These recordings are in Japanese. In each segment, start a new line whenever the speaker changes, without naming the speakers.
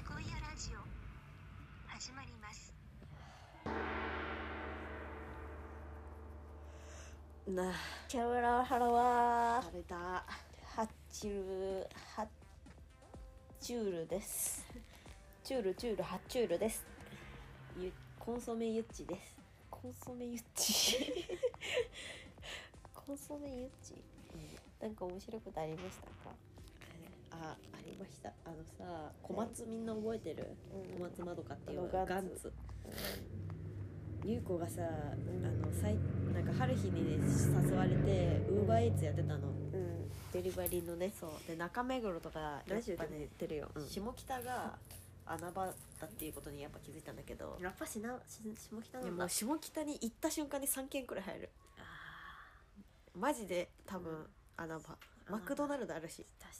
ジオ始まります
な
チャウラハロワ
食べた
ハッチュルハッチュールですチュールチュールハッチュールです
ゆコンソメユッチです
コンソメユッチ コンソメユッチなんか面白いことありましたか
あありましたあのさ小松みんな覚えてる、
うん
小松まどかっていう
あのガンツ
ガンツ優子がさ、あのさいなんか春日に、ね、誘われてウーバーイーツやってたの、
うんデリバリーのね
そうで中目黒とか
ラジオでも言
ね
ってるよ、うん
下北が穴場だっていうことにやっぱ気づいたんだけど
やっぱしなし下北
いや
なん
も
だ
う下北に行った瞬間に3軒くらい入るマジで多分穴場
うん
マクドナルドあるし
確か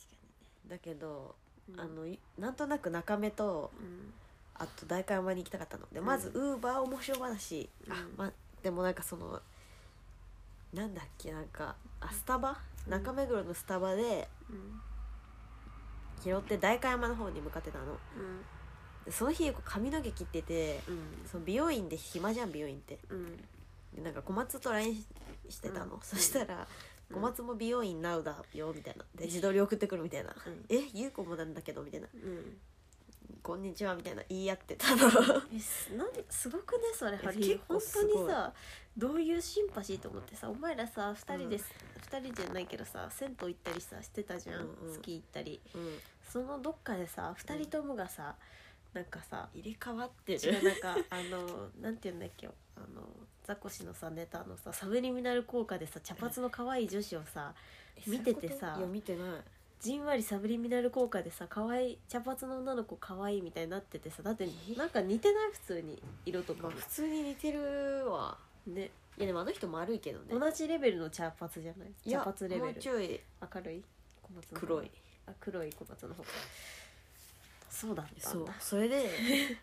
だけど、
にね
あのいなんとなく中目と
うん
あと代官山に行きたかったのでまずウーバー面白話、
うん
あまでもなんかそのなんだっけなんかあスタバ、中目黒のスタバで
うん
拾って代官山の方に向かってたの
うん
でその日髪の毛切ってて
うん
その美容院で暇じゃん美容院って
うん
でなんか小松と LINE ししてたの、
うん
そしたら
う
「
ん
小松も美容院なうだよ」みたいなで自撮り送ってくるみたいな「
うん
え優子もなんだけど」みたいな
うん
「こんにちは」みたいな言い合ってたの
えすなんすごくねそれハリ
結
ー
構
本
す
当
ごい
にさどういうシンパシーと思ってさお前らさ2人です、二人じゃないけどさ銭湯行ったりさしてたじゃん、
うんうん
スキー行ったり
うん
そのどっかでさ2人ともがさ、なんか さ
入れ替わって
違う
る
なんかあのなんて言うんだっけあのザコシのさネタのさサブリミナル効果でさ茶髪の可愛い女子をさ見ててさ
いや見てない
じんわりサブリミナル効果でさ可愛い茶髪の女の子可愛いみたいになっててさだってなんか似てない普通に色とか
まあ
も
普通に似てるわ
ね
いやでもあの人丸いけどね
同じレベルの茶髪じゃない
いや
茶髪レベ
もう
ル
ちょい
明るい小松の方
黒い
あ黒い小松の方そうだった
そ
ん
う
だ
それ で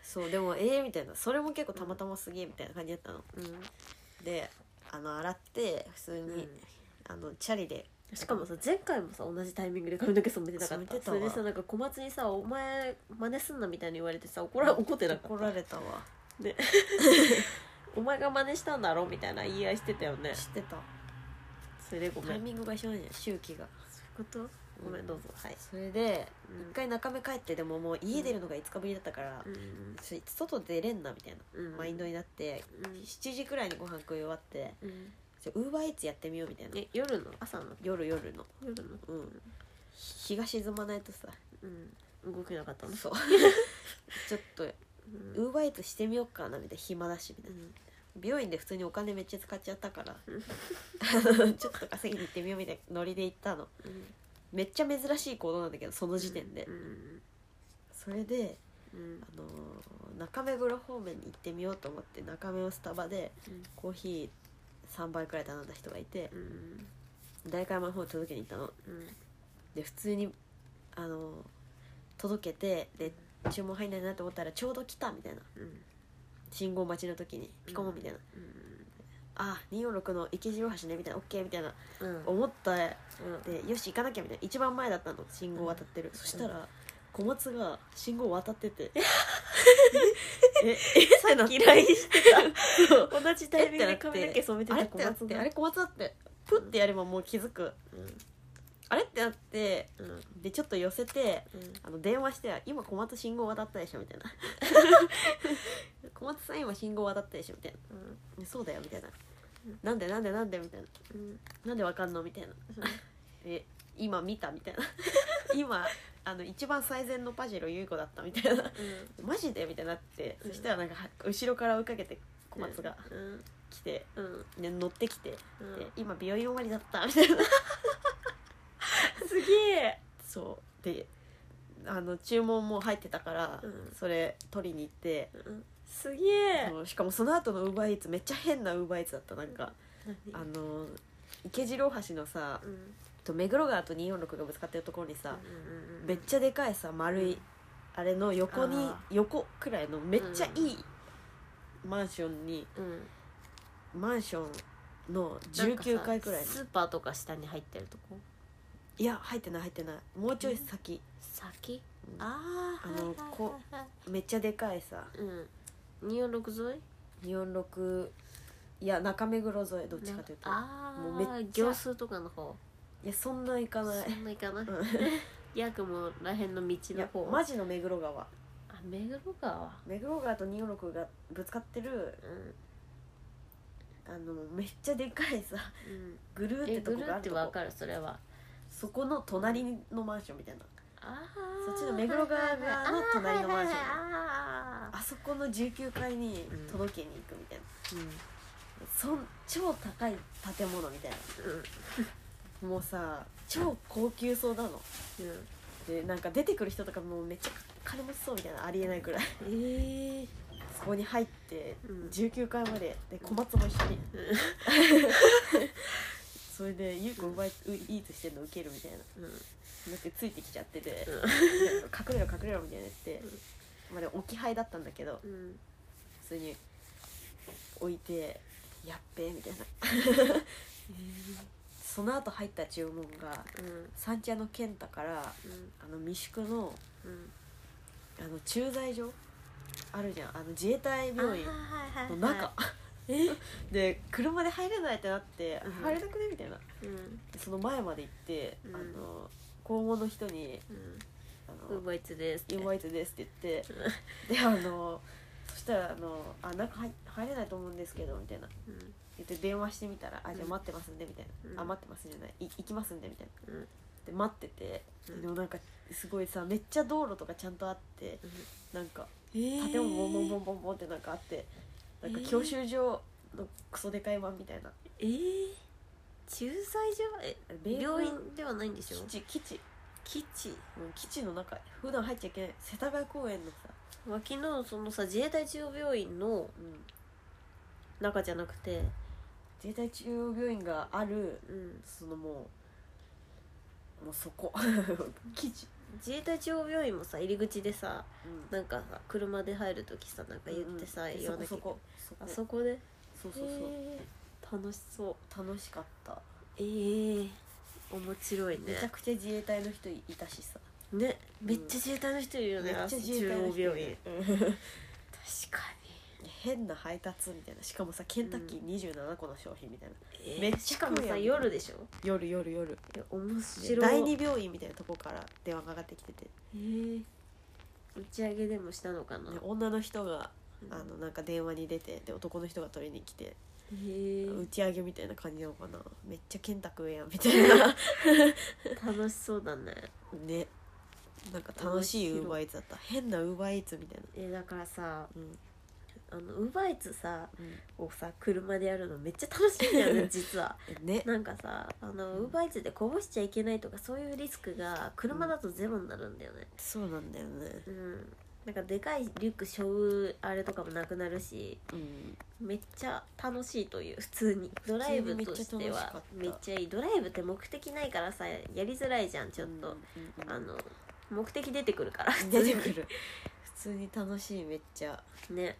そうでもええみたいなそれも結構たまたますげえみたいな感じだったの
う
であの洗って普通に、
うん
あのチャリで
ん、しかもさ前回もさ同じタイミングで髪の毛染めてなかっ
染め
た
てた
そ
わ
れでさなんか小松にさ「お前真似すんな」みたいに言われてさ怒ら怒ってなか
怒
っ
ら
た
れたわ
お前が真似したんだろみたいな言い合いしてたよね
知ってた
それでごめんそう
タイ
いう
ミングが一緒なんじゃん周期が
ことごめんどうぞはい、
それで一、
うん
回中目帰ってでももう家出るのが5日ぶりだったから、
ん
ちょ外出れんなみたいな、
うん
マインドになって、
うん
7時くらいにご飯食い終わって
うん、
ウーバーイーツやってみようみたいな
え夜の朝の
夜夜の
夜の
うん日が沈まないとさ
うん動けなかったの
そう ちょっと
うん
ウーバーイーツしてみようかなみたいな暇だしみた
う
いなん美容院で普通にお金めっちゃ使っちゃったからあの ちょっと稼ぎに行ってみようみたいなノリで行ったの
うん
めっちゃ珍しい行動なんだけどその時点で、
うん
それで、
うん
あのー中目黒方面に行ってみようと思って中目をスタバで
うん
コーヒー3杯くらい頼んだ人がいて
うん
代官山の方に届けに行ったの
うん
で普通に、あのー届けてで注文入んないなと思ったらちょうど来たみたいな
うん
信号待ちの時にピコモンみたいな、あ246の池尻大橋ねみたいなオッケーみたいな
うん
思った
うん
でよし行かなきゃみたいな一番前だったの信号渡ってる、そしたら小松が信号渡ってて ええさっ
嫌いして
そう
た同じタイミングで髪の毛染めて
あれ
た
っ
小
てなっ
松
て
が
あれ小松だってプッてやればもう気づく
うん
あれってなって
うん
でちょっと寄せて
うん
あの電話して「今小松信号渡ったでし ょ」みたいな「小松さん今信号渡ったでしょ」みたいな
うん
「そうだよ」みたいな「なんでなんでなんで」みたいな
うん
「なんでわかんの?」みたいな「 え今見た」みたいな 「今あの一番最善のパジェロ優子だった」みたいな 「マジで?」みたいになってそしたらなんかは後ろから追いかけて小松が
うん
来て
うん
で乗ってきて
う
で
ん
今美容院終わりだったみたいな
すげえ
そうであの注文も入ってたから、
うん
それ取りに行って、
すげえ
そうしかもその後のウーバーイーツめっちゃ変なウーバーイーツだったなんか、あの池尻大橋のさ、
うん
と目黒川と246がぶつかってるところにさ、めっ
ち
ちゃでかいさ丸い、
うん
あれの横に
あ
横くらいのめっちゃいいマンションに
うん
マンションの19階くらいの
スーパーとか下に入ってるとこ
いや入ってない入ってないもうちょい先、
先
うん
ああ
あのこめっちゃでかいさ
うん246沿い
246いや中目黒沿いどっちかというと
ああ
もうめっちゃ
行数とかの方
いやそんな行かない
そんな行かない
うん
ヤクもらへんの道
い
の
や
方
マジの目黒川
あ目黒川
目黒川と246がぶつかってる
うん
あのめっちゃでかいさ
うん
ぐるーっ
え
てと
ぐ
こ
る
が
っ
ある
て
と
わ
こ
かるそれは
そこの隣のマンションみたいな
あ
そっちの目黒川側の隣のマンショ
ン
ンあそこの19階に届けに行くみたいな、そん超高い建物みたいなもうさ超高級そうなの
うんうん
でなんか出てくる人とかもうめっちゃ金持ちそうみたいなありえないくらい
ええ
そこに入って
うん
19階までで小松も一緒に
う
それで優子奪いイーツしてんの受けるみたいなだってついてきちゃってて隠れろ隠れろみたいなやって
うん
まあでも置き配だったんだけど
うんうん
普通に置いてやっべーみたいな その後入った注文が
うん
三茶の健太から
うん
あの未宿の
うん
あの駐在所あるじゃんあの自衛隊病院
あはいはいはい
の中 で車で入れないってなって
うん
「入れなくね?」みたいな
うん
でその前まで行って、
うん
あの校門の人に
うん
「あ
ウー
の
バーイーツです
インバイトです」って言ってであのそしたらあのあ「中入入れないと思うんですけど」みたいな
うん
言って電話してみたら「あじゃ
う
あ
ん
待ってますんで」みたいな「
うん
あ待ってます」じゃないい「行きますんで」みたいな
うん
で待ってて、
うん
でもなんかすごいさめっちゃ道路とかちゃんとあってなんか
建
建物ボンボンボンボンボンってなんかあってなんか教習所のクソでかい版みたいな
えー、駐在所え
あれ米軍
病院ではないんでしょ
基地基地
基地
うん基地の中普段入っちゃいけない世田谷公園のさ、
脇のそのさ自衛隊中央病院の
うん、
中じゃなくて
自衛隊中央病院がある
うん
そのもうもうそこ 基地、
自衛隊中央病院もさ入り口でさ
うん
なんかさ車で入る時さなんか言ってさ、
うんうん
言わなきゃ
そ
いけない
こそこ
あ
そこ
そこで
そうそうそう、
えー楽しそう
楽しかった
えー、面白い
めちゃ
ね
くちゃ自衛隊の人いたしさ、
ねめっちゃ自衛隊の人いるよ
め
ね、
っ
あ
ち
そ
ゃ
こ
自衛隊の人
中央病院
うん
確か
変な配達みたいなしかもさケンタッキー27個の商品みたいな、
に、えー、
めっちゃ
しかも
食うや
さ
ん
夜でしょ
夜夜夜
いや面
で
白い
第二病院みたいなとこから電話がかかってきてて、
へえ打ち上げでもしたのかな、
で女の人が
うん
あのなんか電話に出てで男の人が取りに来て、
へえ
打ち上げみたいな感じなのかなめっちゃケンタ食えやんみたいな
楽しそうだね
ねなんか楽しい
面白
ウ
い
ーバーイーツだった変なウーバーイーツみたいな
えだからさ
うん
あのウーバーイーツさ
うん
をさ車でやるのめっちゃ楽しいんだよ ね実は
えね
なんかさあの
う
ウ
ん
ーバーイーツでこぼしちゃいけないとかそういうリスクが車だとゼロになるんだよね
そうなんだよね
うん、なんかでかいリュック背負うあれとかもなくなるし
うん
めっちゃ楽しいという普通にドライブとしてはめ
め
っ
っち
ちゃいいドライブって目的ないからさやりづらいじゃんちょっと、
うんうん
あの目的出てくるから
出てくる普通に楽しいめっちゃ
ね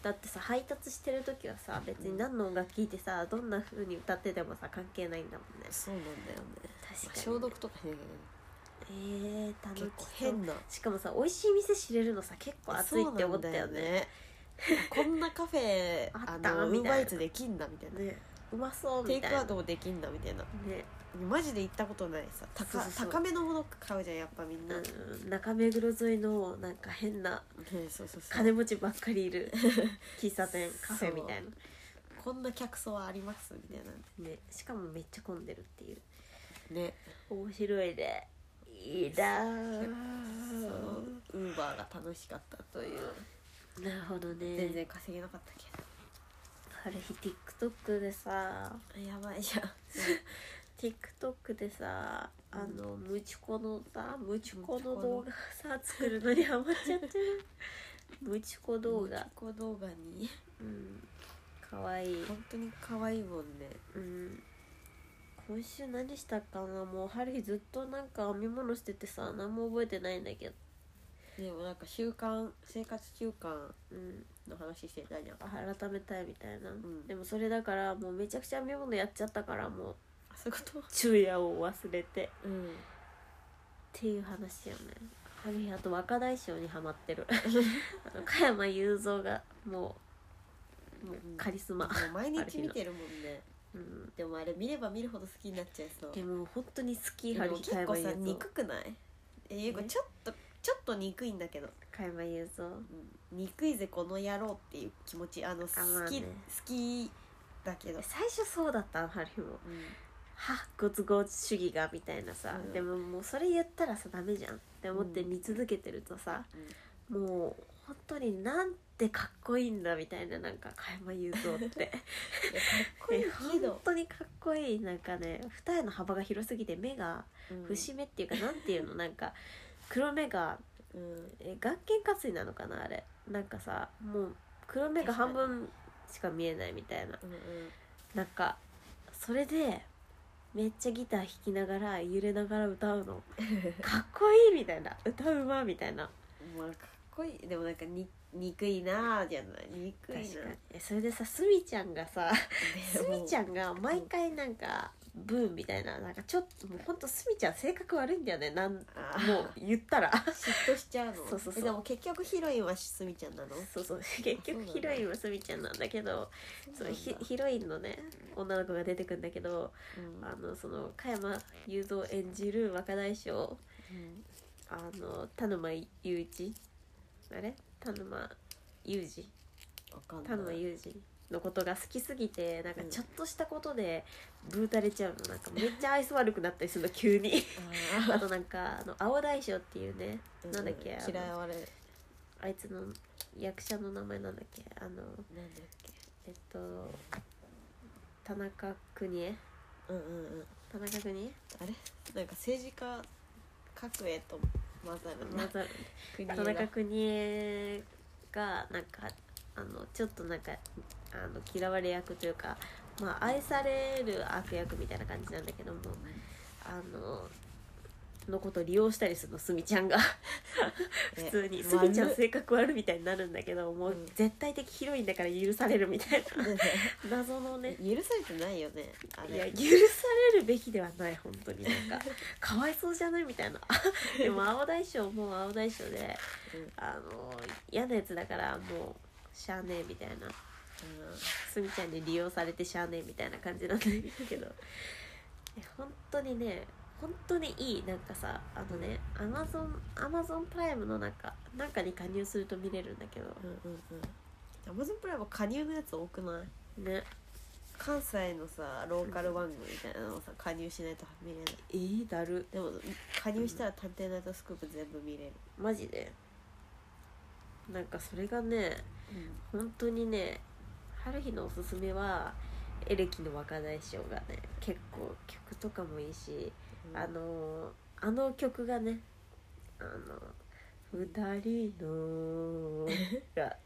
だってさ配達してる時はさ別に何の音楽聴いてさどんな風に歌っててもさ関係ないんだもんね
そうなんだよねまあ
確か
消
に、
毒とかしなきゃい
えー、楽
け
し
ない結構
そう
変な
しかもさ美味しい店知れるのさ結構熱いって思ったよ
そうなんだ
ね
こんなカフェ
あ
あ
った
のウ
み
ー
たいな
バーイーツできんだみたいな
ねうまそう
テ
み
イ
たい
クア
な
ウトもできんだみたいな
ね、
マジで行ったことないさ高
そうそうそう
高めのもの買うじゃんやっぱみんな、ね
うん、中目黒沿いのなんか変な
そうそうそう
金持ちばっかりい る喫茶店カフェみたいな
こんな客層はありますみたい
ねしかもめっちゃ混んでるっていう
なね
面白いねいいな
そ
あ
うウーバーが楽しかったという
なるほどね
全然稼げなかったけ
ある日 TikTok でさ
どやばいじゃん
TikTok でさあのムチコのさムチコ
ムチコ
の
の
動画さ作るのにハマっち ゃってるムチコ動画
こ動画に
うんかわいい、
本当に可愛いもんね
うん、今週何したかなもう春日ずっとなんか編み物しててさ何も覚えてないんだけど
でもなんか習慣生活習慣
うん
の話してたじゃん
改めたいみたいな、
ん
でもそれだからもうめちゃくちゃ編み物やっちゃったからもう
そういうこと
昼夜を忘れてっ
うん
ていう話よねあの日あと若大将にハマってる あの加山雄三がもうもうカリスマ
もう毎
ある日
日
の
見てる もんね
うん
でもあれ見れば見るほど好きになっちゃいそう
でも本当に好き
でも
張り加
結構
山
さ
雄三
憎くないえゆうこ
え
ちょっとちょっと憎いんだけど、
加山雄三
うん、憎いぜこの野郎っていう気持ちあの好き、
まあね
好きだけ ど、
最初そうだったの春日も
うん
はご都合主義がみたいなさ、
うん
でももうそれ言ったらさダメじゃんって思って
うん
見続けてるとさ、もう本当になんてかっこいいんだみたいななんか加山雄三って
いや かっこいい
で
け
本
ど、
当にかっこいいなんかね二重の幅が広すぎて目が
うん
節目っていうか、なんていうのなんか黒目が
うん
え眼鏡下垂なのかなあれなんかさもう黒目が半分しか見えないみたいな
うんうん
なんかそれでめっちゃギター弾きながら揺れながら歌う のかっこいいみたいな歌うまみたいな
まあかっこいいでもなんかに憎いなあじゃない憎いな
確かにえそれでさスミちゃんが さスミち
ゃん
ゃんが毎回なんかブーンみたいななんかちょっともうほんとスミちゃん性格悪いんだよねなんも
あー
う言ったら
嫉妬しちゃうの
そうそうそう
えでも結局ヒロインはすみちゃんなの
そうそう 結局ヒロインはスミちゃんなんだけどそうヒヒロインのね女の子が出てくんだけど
うん
あのその加山雄三演じる若大将
うん
あの田沼雄一あれ田沼雄二
わかんな
田
い
沼裕二のことが好きすぎてなんかちょっとしたことでブーたれちゃうのなんかめっちゃ愛想悪くなったりするの急 に
あ
あとなんかあの青大将っていうね
ー
なんだっけ
う
あ
ん
の
嫌われなんだ
あいつの役者の名前なんだっけあの
っ
えっと田中邦衛
けうんうんうん
田中邦衛
あれなんか政治家角栄と混ざる
ま
な
た
国
田
枝
中邦衛がなんかあのちょっとなんかあの嫌われ役というか、まあ、愛される悪役みたいな感じなんだけどもあののことを利用したりするのすみちゃんが
え
普通にす
悪っ
みちゃん性格悪いみたいになるんだけども
う
うん絶対的ヒロインだから許されるみたいな 謎のね
許されてないよねあ
いや
れ
許されるべきではない本当になんかかわいそうじゃないみたいなでも青大将も青大将で
うん
あの嫌なやつだからもうしゃあねえみたいなすみちゃんに利用されてしゃあねえみたいな感じなんだけどえ本当にね本当にいいなんかさあのねアマゾンアマゾンプライムの中なんかに加入すると見れるんだけど
うんうんうんアマゾンプライム加入のやつ多くない
ね
関西のさローカル番組みたいなのをさ加入しないと見れない
えー、だる
でも加入したら「探偵ナイトスクープ」全部見れる、
マジでなんかそれがね本当にね春日のおすすめはエレキの若大将がね結構曲とかもいいし
うん
あのあの曲がね「あの二人の」が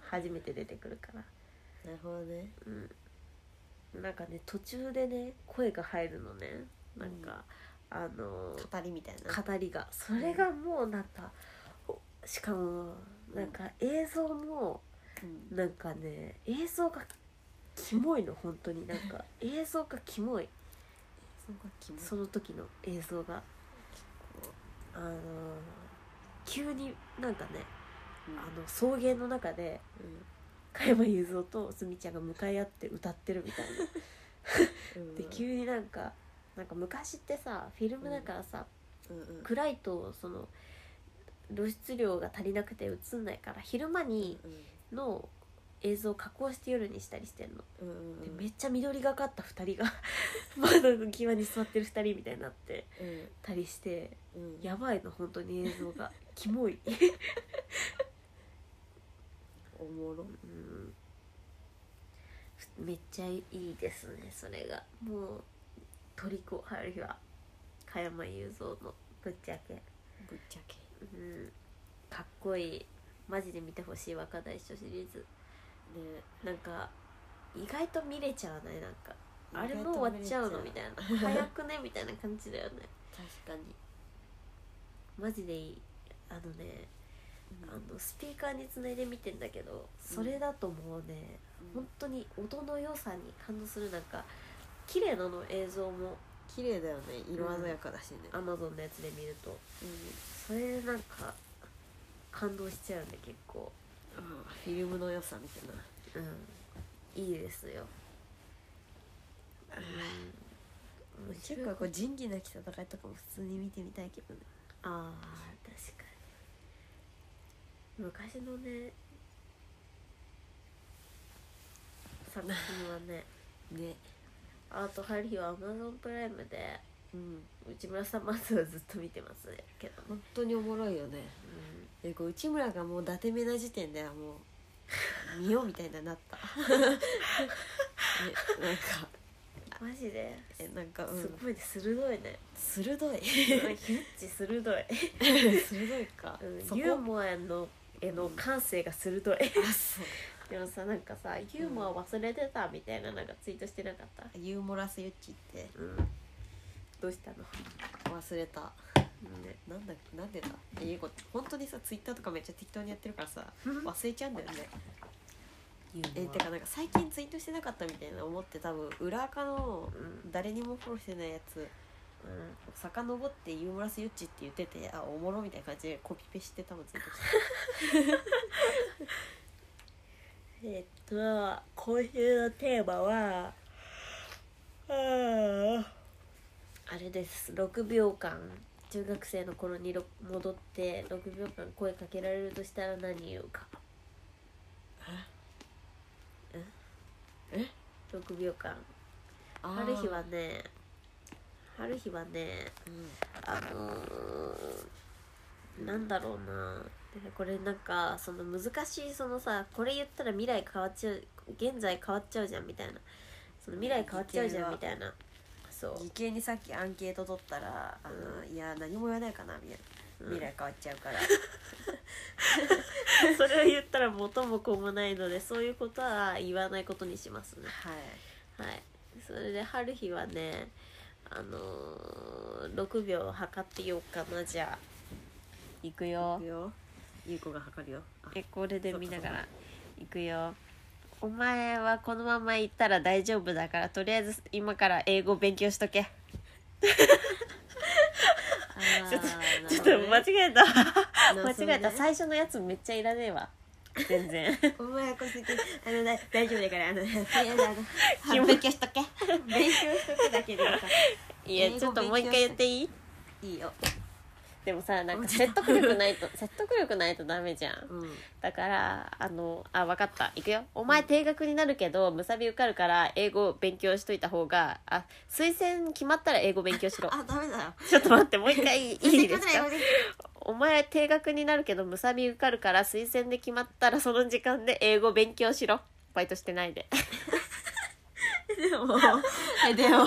初めて出てくるから、
なるほどね
うん、なんかね途中でね声が入るのねなんか、あの
語りみたいな
語りがそれがもうなんかおしかもなんか映像も
うん
なんかね映像がキモいの本当になんか映像がキモい
そうか気持ち
その時の映像があのー急になんかね
う
あ
ん
の草原の中で加山雄三とすみちゃんが向かい合って歌ってるみたいな
うん
で急になんかなんか昔ってさフィルムだからさ、
うんうん
暗いとその露出量が足りなくて映んないから昼間に
うん
の映像を加工して夜にしたりしてんの、
うんうん
でめっちゃ緑がかった2人が 窓の際に座ってる2人みたいになって
うん
たりして
うん
やばいの本当に映像 がキモい
おもろ
うんめっちゃいいですねそれがもうトリコ春日は加山雄三のぶっちゃけ、
ぶっちゃけ
うん、かっこいいマジで見てほしい若大将シリーズ
ね
なんか意外と見れちゃわないなんかあれ
意
も
外
う
と
終わっちゃうの
見
み
れ
たいな早くねみたいな感じだよね
確かに
マジでいいあのねあのスピーカーにつないで見てんだけどそれだともうね、
うん
本当に音の良さに感動するなんか綺麗なの映像も
綺麗だよね色鮮やかだしね、
アマゾンのやつで見ると
う
それなんか感動しちゃうんで結構
んフィルムの良さみたいな
うんいいですよ、うん、
結構こう仁義なき戦いとかも普通に見てみたいけどね
あー確かに昔のね作品はね
ね
あと春日は Amazon プライムで
うん
内村さんまずはずっと見てますけどね、
本当におもろいよね
うん
でこう内村がもう伊達目な時点ではもう見ようみたいなな った、ね、なんか
マジで
えなんか、う
す
ん、
ごいね鋭いね
鋭い
ヒュッチ鋭い、
鋭いか、
う
そ
ん、
こ
ユーモアのへの感性が鋭い
あそう
でもさなんかさユーモア忘れてたみたいななんかツイートしてなかった
ユーモラスユッチって
うんどうしたの、
忘れた
ね、
なんだなんでだっていうこと本当にさツイッターとかめっちゃ適当にやってるからさ忘れちゃうんだよね
ユー
え
モア
てかなんか最近ツイートしてなかったみたいな思って多分裏垢の
うんうん
誰にもフォローしてないやつ遡ってユーモラスユッチって言っててあおもろみたいな感じでコピペして多分ツイートして
えっと今週のテーマはあーあれです6秒間中学生の頃にろ戻って6秒間声かけられるとしたら何言うか
え
6秒間
あ
ある日はねある日はね
うん
あのーなんだろうなこれなんかその難しいそのさこれ言ったら未来変わっちゃう現在変わっちゃうじゃんみたいなその未来変わっちゃうじゃんみたいな そう
理系にさっきアンケート取ったら「あのいや何も言わないかな」みたいな「
うん
未来変わっちゃうから」
それを言ったら元も子もないのでそういうことは言わないことにしますね
はい
はいそれで春日はねあのー、6秒測ってようかなじゃあいくよ
いくよゆうこが測るよあ
えこれで見ながらいくよお前はこのまま行ったら大丈夫だからとりあえず今から英語勉強しとけ
あ
ちょっ
ー
とちょっと間違えた
なるほど
間
ね
違えた最初のやつめっちゃいらねえわ全然
お前こそあのだ大丈夫だからあのとりあえずあ
キ
の
モ
勉強しとけ勉強しとけだけでいいか
い
英
や
語
ちょっともう一回言っていい
らいいよ
でもさなんか説得力ないと説得力ないとダメじゃん
うん
だからあのあ分かったいくよお前定額になるけどむさび受かるから英語勉強しといた方があ推薦決まったら英語勉強しろ
あダメだよ
ちょっと待ってもう一回いいです
せっ
か
くだよ
お前定額になるけどむさび受かるから推薦で決まったらその時間で英語勉強しろバイトしてないで
で もえでも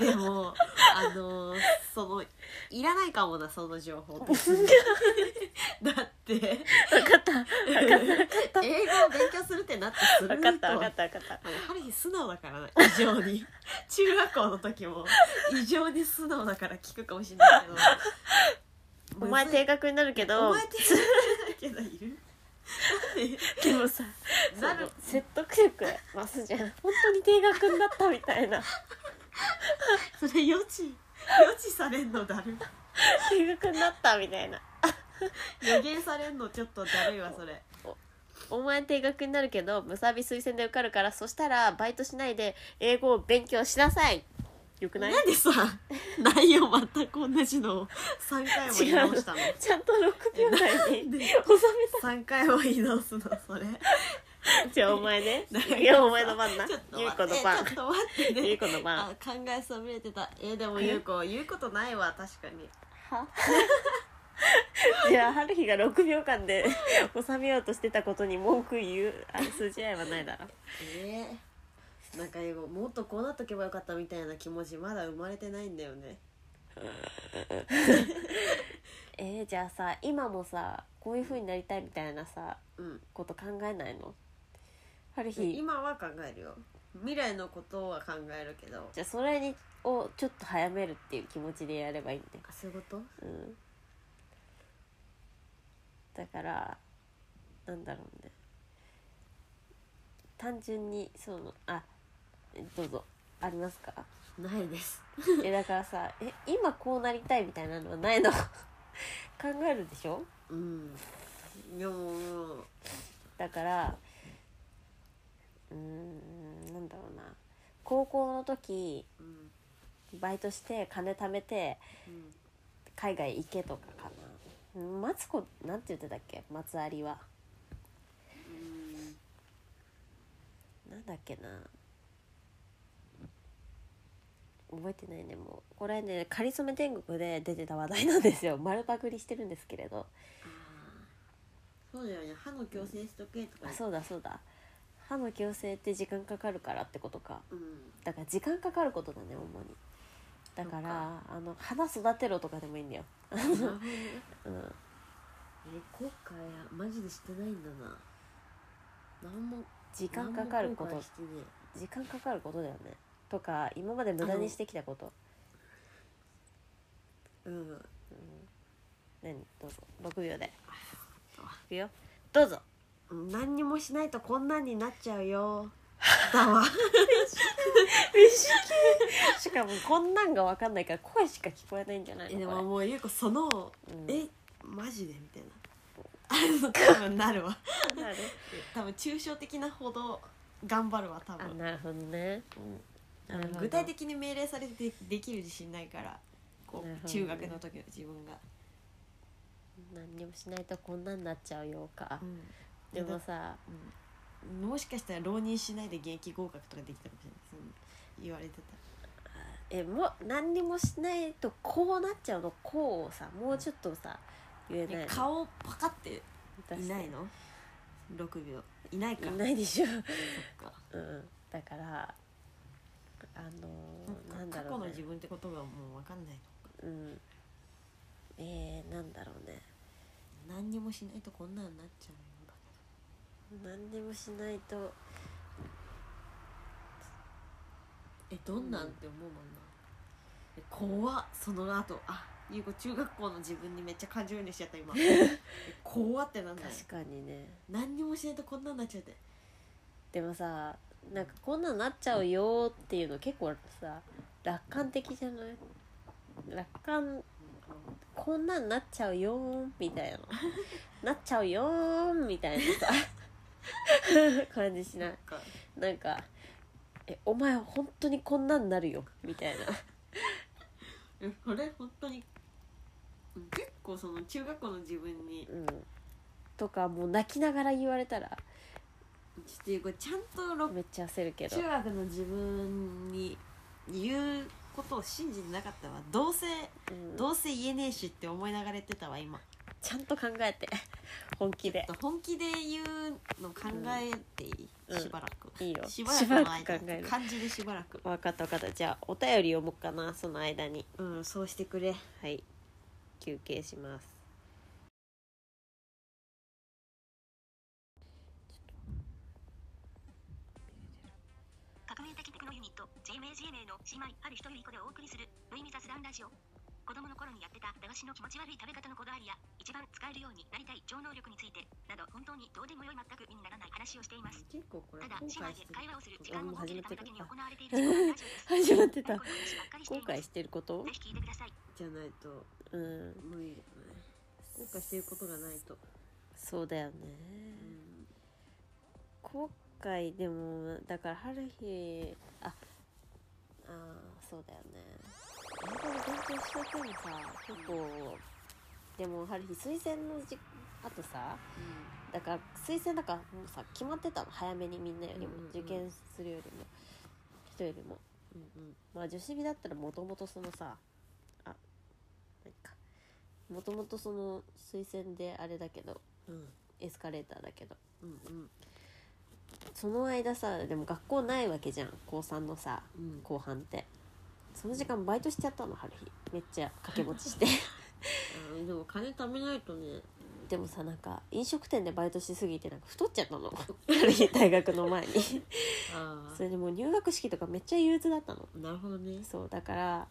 でもあのそのいらないかもなその情報 別にだって分かった分かった英語を勉強するってなってする
分かった分かった分かった
ハルヒ素直だからな異常 に中学校の時も異常に素直だから聞くかもしれないけど
お前定額になるけ
お
ど
前定額けどいる
でもさ
なる
その説得力増すじゃん本当に定額になったみたいな
それ予知予知されんのだる
定額になったみたいな
予言されんのちょっとだるいわそれ
お前定額になるけどむさび推薦で受かるからそしたらバイトしないで英語を勉強しなさいよくない
なん でさ内容全く同じのを3回も言い直したの
ちゃんと6秒内に収め
3回も言い直すのそれ
たじゃあお前ね
なんかさ
いやお前の番な
ちょっと
ゆう
待
こ
って
の番
ちょっと待ってね
ゆうこの番
あ考えそびれてたえでもゆうこ言うことないわ確かに
は じゃあ春日が6秒間で 収めようとしてたことに文句言うあれ筋合いはないだろ
ええなんか英語もっとこうなっとけばよかったみたいな気持ちまだ生まれてないんだよね
えー、じゃあさ今もさこういう風になりたいみたいなさ
うん
こと考えないの春
で
日
今は考えるよ未来のことは考えるけど
じゃあそれにをちょっと早めるっていう気持ちでやればいいんだよ
あそういうこ
う
と
んだからなんだろうね単純にそのあどうぞありますか
ないです
えだからさえ今こうなりたいみたいなのはないの 考えるでしょ
うんでももう
だからうーんなんだろうな高校の時
うん
バイトして金貯めて
うん
海外行けとかかなマツコなんて言ってたっけ松有は
うん
なんだっけな覚えてないねもうこれね「かりそめ天国」で出てた話題なんですよ丸パクリしてるんですけれど
あーそうだよね歯の矯正しとけとか
あそうだそうだ歯の矯正って時間かかるからってことか
うん
だから時間かかることだね主にだからあの花育てろとかでもいいんだよ、
なるほどね
うん、
え後悔はマジでしてないんだな何も
時間かかるこ
何
と
も後悔してねえ
時間かかることだよねとか今まで無駄にしてきたこと
うん
何どうぞ6秒でいくよどうぞ
何にもしないとこんなんになっちゃ うよだわ
しかもこんなんが分かんないから声しか聞こえないんじゃない
えで
の
も
こ
もうゆうこその
れ、うん、
えマジでみたいなあの多分なるわ
なる
多分抽象的なほど頑張るわ多
あ
分
なるほどね、なるほど
具体的に命令されてできる自信ないからこ
なるほど
う
ね
中学の時の自分が、
何にもしないとこんなんなっちゃうよか
うん
でもさ
うん、もしかしたら浪人しないで現役合格とかできたかもしれないそう言われてた
えもう何にもしないとこうなっちゃうのこうをさもうちょっとさ言えない
いや
の
顔パカって
出
い
して
ないの6秒いないか
いないでしょ、
そっか
うん、だからあのー、なんだ
過
ろ
去
う
の
ね
自分ってことがもう分かんない
うんえー、なんだろうね
何にもしないとこんなんなっちゃうよだ
何にもしないと
けどえどんなんって思うもんな、え怖っその後あゆう子中学校の自分にめっちゃ感情移入しちゃっ た今え怖ってなんだよ
確かにね
何にもしないとこんなんなっちゃうって
でもさなんかこんなんなっちゃうよっていうの結構さ楽観的じゃない楽観こんなんなっちゃうよーんみた いななっちゃうよーんみたいなさ 感じしない
なんか
なんか「えお前本当にこんなんなるよ」みたいな
えこれ本当にうん結構その中学校の自分に
うんとかもう泣きながら言われたら
ちょっとゆう子ちゃんとろ
めっちゃ焦るけど
中学の自分に言うことを信じてなかったわどうせ
うん
どうせ言えねえしって思いながらやってたわ今
ちゃんと考えて本気で
本気で言うの考えていい、
うん
しばらく、
いいよ
しばらく
し
の
ばら
間
く考える
漢字でしばらく
分かった分かったじゃあお便り読もうかなその間に
うんそうしてくれ
はい休憩します
革命的テクノユニット JMAGMA の姉妹ある人ゆい子でお送りする無意味雑談ラジオ子供の頃にやってた駄菓子の気持ち悪い食べ方のこだわりや一番使えるようになりたい超能力についてなど本当にどうでもよい全く意味にならない話をしています
結構これ
ただ
後悔し
姉妹で
て
会
る
話をする時間を設けるためだけに行われている
始まってた
時間ラジオですこういう話ばっかりして
後 悔してる
います
こと
ぜひ聞いてください
じゃないと
うん
無理じゃない後悔してることがないと、
そうだよね
うん
後悔でもだから春日ああーそうだよね本当に勉強しててもさ結構でも春日推薦のじあとさだから推薦だからもうさ決まってたの早めにみんなよりも
うんうんうん
受験するよりも人よりも
うんうん
まあ女子美だったらもともとそのさあ何かもともとその推薦であれだけど
うん
エスカレーターだけど
うんうん
その間さでも学校ないわけじゃん高3のさ
うん
後半ってその時間バイトしちゃったの春日めっちゃ掛け持ちして
うんでも金貯めないとね
でもさなんか飲食店でバイトしすぎてなんか太っちゃったの春日大学の 前に
あ
それでもう入学式とかめっちゃ憂鬱だったの
あなるほどね
そうだから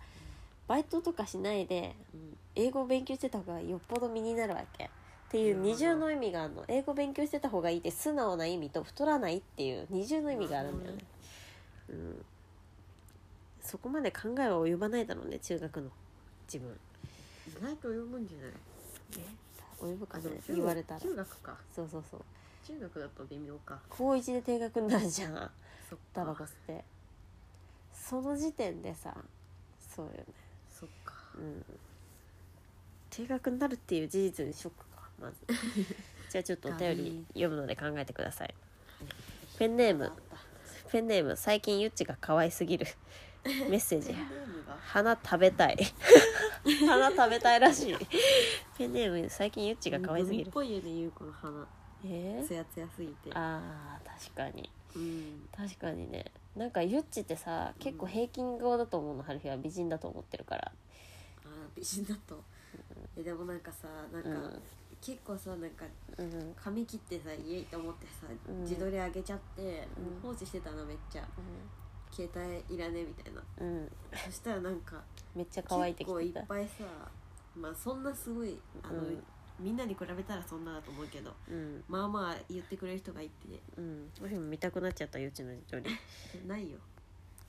バイトとかしないで
うん
英語を勉強してた方がよっぽど身になるわけっていう
なる
二
ほど
重の意味があるの英語勉強してた方がいいって素直な意味と太らないっていう二重の意味があるんだよね、うん、そこまで考えは及ばないだろうね中学の自分
意外と及ぶんじゃない
及ぶか
あ
な
でも中
言われたら
中学か
そうそうそう
中学だと微妙か
高1で定額になるじゃん
そっか
タバコ吸ってその時点でさそうよね
そっか
うん定額になるっていう事実にショックか まずじゃあちょっとお便り読むので考えてくださいペンネームペンネーム最近ゆっちが可愛すぎる メッセー
ペ
ジ
ンネームが
花食べ たい花食べたいらしいペンネーム最近ゆっちが可愛すぎ
海っ
る
ぽいよね優子の鼻
え
ツヤツヤすぎ
ー、
て
あー確かに
うん
確かにねなんかゆっちってさ結構平均顔だと思うの春日は美人だと思ってるから
あー美人だとえでもなんかさなんか、
うん
結構さなんか
うん
髪切ってさイエイと思ってさ、
うん
自撮り上げちゃって、
うん
放置してたのめっちゃ携帯いらねみたいな
うん、うん、
そしたらなんか
めっちゃ可愛いって
結
き
構い
て
ったぱいさまあそんなすごいあの、
うん
みんなに比べたらそんなだと思うけど
うん
まあまあ言ってくれる人がいて
うん私も見たくなっちゃったゆっちの自撮り
ないよ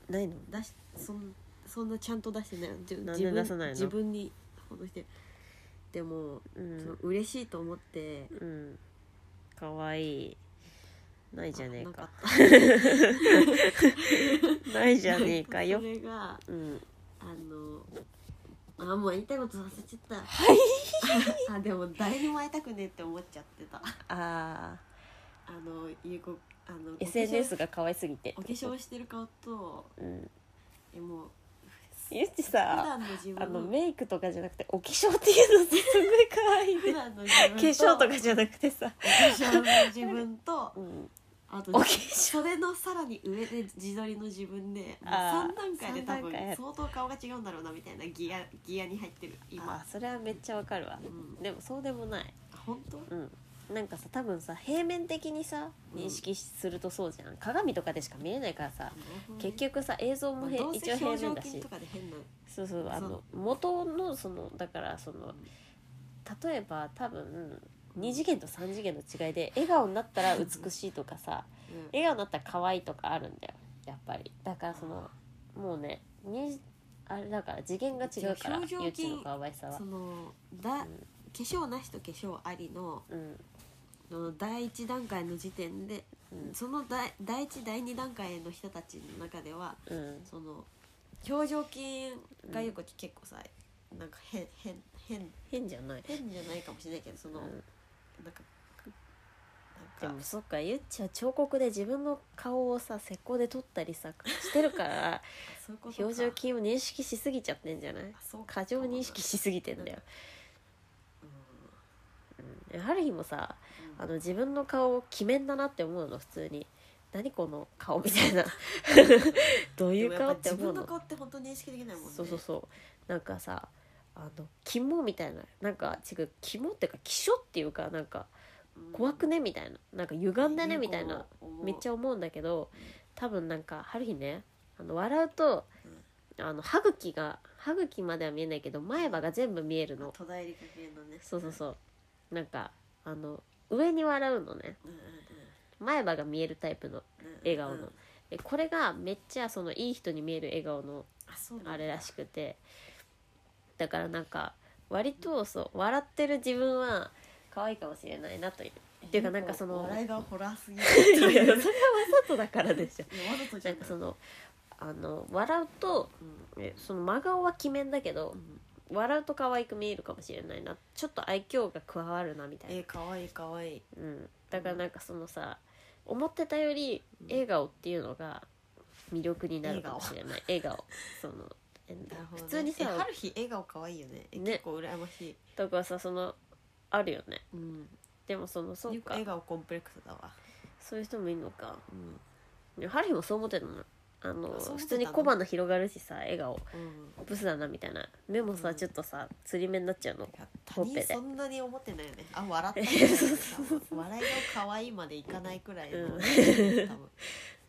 ないの
出しそんそんなちゃんと出してない自
なんで
自分
出さないの
自分にほどしてでも、
う
その
ん
嬉しいと思って
うん可愛いないじゃねえか
あなった
ない じゃねえかよ
それが
うん
あのあもう言いたいことさせちゃったはい あでも誰にも会いたくねえって思っちゃってたあ
ああ
のゆうこ あの
SNS が可愛すぎて
お化粧してる顔と
うん
えもう
ゆっち
普
さ
段の自
あ の
分
メイクとかじゃなくてお化粧っていうのすごい可愛い
普
ね
段の自
化
分
粧とかじゃなくてさ
お化粧の自分と
うん
あと
お化
それのさらに上で自撮りの自分でもう
あ
3
ー
段階で多
三段
分
階
相当顔が違うんだろうなみたいなギアギアに入ってる
あ
今
それはめっちゃわかるわ
うん
でもそうでもない
あ本当
うんなんかさ多分さ平面的にさ
うん
認識するとそうじゃん鏡とかでしか見えないからさ結局さ映像
ま
も
あ
へ
どう
一
せ
応平
表情
面だ
筋
し
とかで変な
そうそうあ
そう
の元のそのだからその例えば多分2次元と3次元の違いで笑顔になったら美しいとかさ
うん
笑顔になったら可愛いとかあるんだよやっぱりだからそのもうねにあれだから次元が違うから
表情筋
ゆっちの可愛さは
そ。のだ化
うん
粧なしと化粧ありの
うん
の第一段階の時点で
うん
その第第一第二段階の人たちの中では
うん
その表情筋がよく結構さ、なんか変変変
変じゃない、
変じゃないかもしれないけどそうの、
ん、
なんか
で
なん
も
か
そっかゆっちは彫刻で自分の顔をさ石膏で撮ったりさしてるから
そういうことか
表情筋を認識しすぎちゃってんじゃない
あそうか
過剰認識しすぎてんだよ、
うん
うん、春日もさ
う
あ
ん
の自分の顔を鬼面だなって思うの普通に何この顔みた いなどうい
で
う
もやっ
顔
ぱ
って
自
思う
分
の
の顔って本当に認識できないもんね
そうそうそうなんかさあの肝みたいななんか違う肝っていうか気象っていうかなんか
うん
怖くねみたいななんか歪んだねみたいなめっち
ゃ
ゃ思うんだけど多分なんか春日ねあの笑うとあの歯茎が歯茎までは見えないけど前歯が全部見えるの
戸田恵梨香系のね
そうそうそうなんかあの上に笑うのね
うんうん
前歯が見えるタイプの
うんうん
笑顔
うん
のでこれがめっちゃそのいい人に見える笑顔の
あそうなんだ
あれらしくてだからなんか割とそう笑ってる自分は可愛いかもしれないなというっていうかなんかその
笑いがホラーすぎ る
いやいやそれはわざとだからでしょ
いやわざとじ
な
ゃ
んか
ない
そのあの笑うと
うん
えその真顔は鬼面だけど
うん
笑うと可愛く見えるかもしれないなちょっと愛嬌が加わるなみたい
え
な、
ーかわいいかわいい
うん、だからなんかそのさ思ってたより笑顔っていうのが魅力になるかもしれ ない笑顔そのえ
なるほどね
普通に
え
さ
春日笑顔可愛いよねえ
ね
結構羨ましい
だからさそのあるよね
うん
でもそのそ
よ
う
く
か
笑顔コンプレックスだわ
そういう人もいるのか
うん
でもハリーもそう思ってたのあの
あそう思ってたの
普通に小鼻広がるしさ笑顔
うん
ブスだなみたいな目もさ、
うん
ちょっとさ釣り目になっちゃうの
いや
ほ
他
っぺ
人
で
そんなに思ってないよねあ笑った
そうそうそう
笑いが可愛いまでいかないくらいの、
うん
多分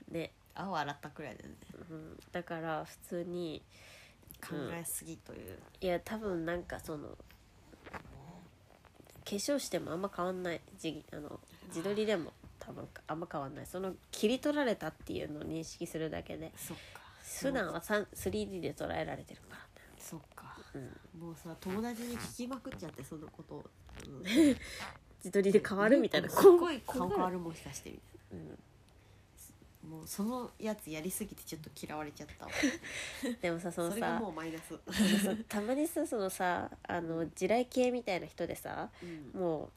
ね、
あ笑ったくらいだよね
うん、だから普通に
考えすぎという、
いや多分なんかその化粧してもあんま変わんない自あの自撮りでも多分あんま変わんないその切り取られたっていうのを認識するだけで
そっか
普段は 3- 3D で捉えられてるから
そっか
うん
もうさ友達に聞きまくっちゃってそのことを、 うん
自撮りで変わるみたいな
すっごい顔変わ
る、
るもしかしてみたい
うん、
なもうそのやつやりすぎてちょっと嫌われちゃったわ
でもさその
それが
さ
もうマイナス、
そうたまにさそのさあの地雷系みたいな人でさ
うん
もう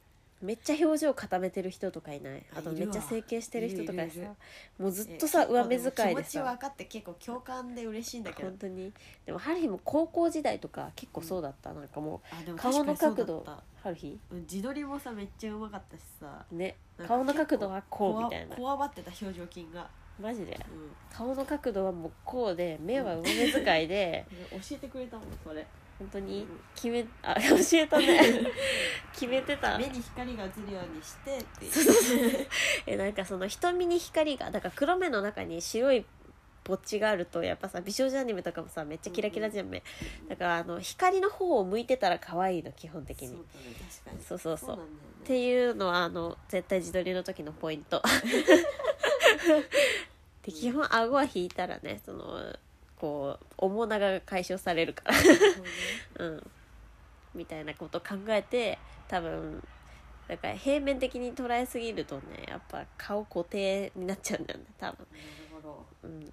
めっちゃ表情固めてる人とかいない
あ
あと
い
め
る
っ
わ
ちゃ整形してる人とか
いるいるいる
さもうずっとさ上目遣い
も
で
気持ち
さ
分かって結構共感で嬉しいんだけど
本当にでもハルヒも高校時代とか結構そうだった、なんかも
あで
う
も
顔の角
そう
度
だった
ハルヒ
うん自撮りもさめっちゃうまかったしさ
ね
なんか
顔の角度はこ
こ
うみ
わ
たいな
こわばってた表情筋が、
マジで
うん
顔の角度はもうこうで目は上目遣いで、
教えてくれたもんそれ
本当に
うん
決めあ教えた ね 決めてた
目に光が映るようにしてっていう
えなんかその瞳に光がだから黒目の中に白いぼっちがあるとやっぱさ美少女アニメとかもさめっちゃキラキラじゃん目、だからあの光の方を向いてたら可愛いの基本的
そうだ
に
ね確かに
そうそうそう
なんだよね
っていうのはあの絶対自撮りの時のポイントで基本顎は引いたらねそのこう面長が解消されるか
そうね
らうんみたいなこと考えて多分だから平面的に捉えすぎるとねやっぱ顔固定になっちゃうんだよね多分、
なるほど
うん、
ね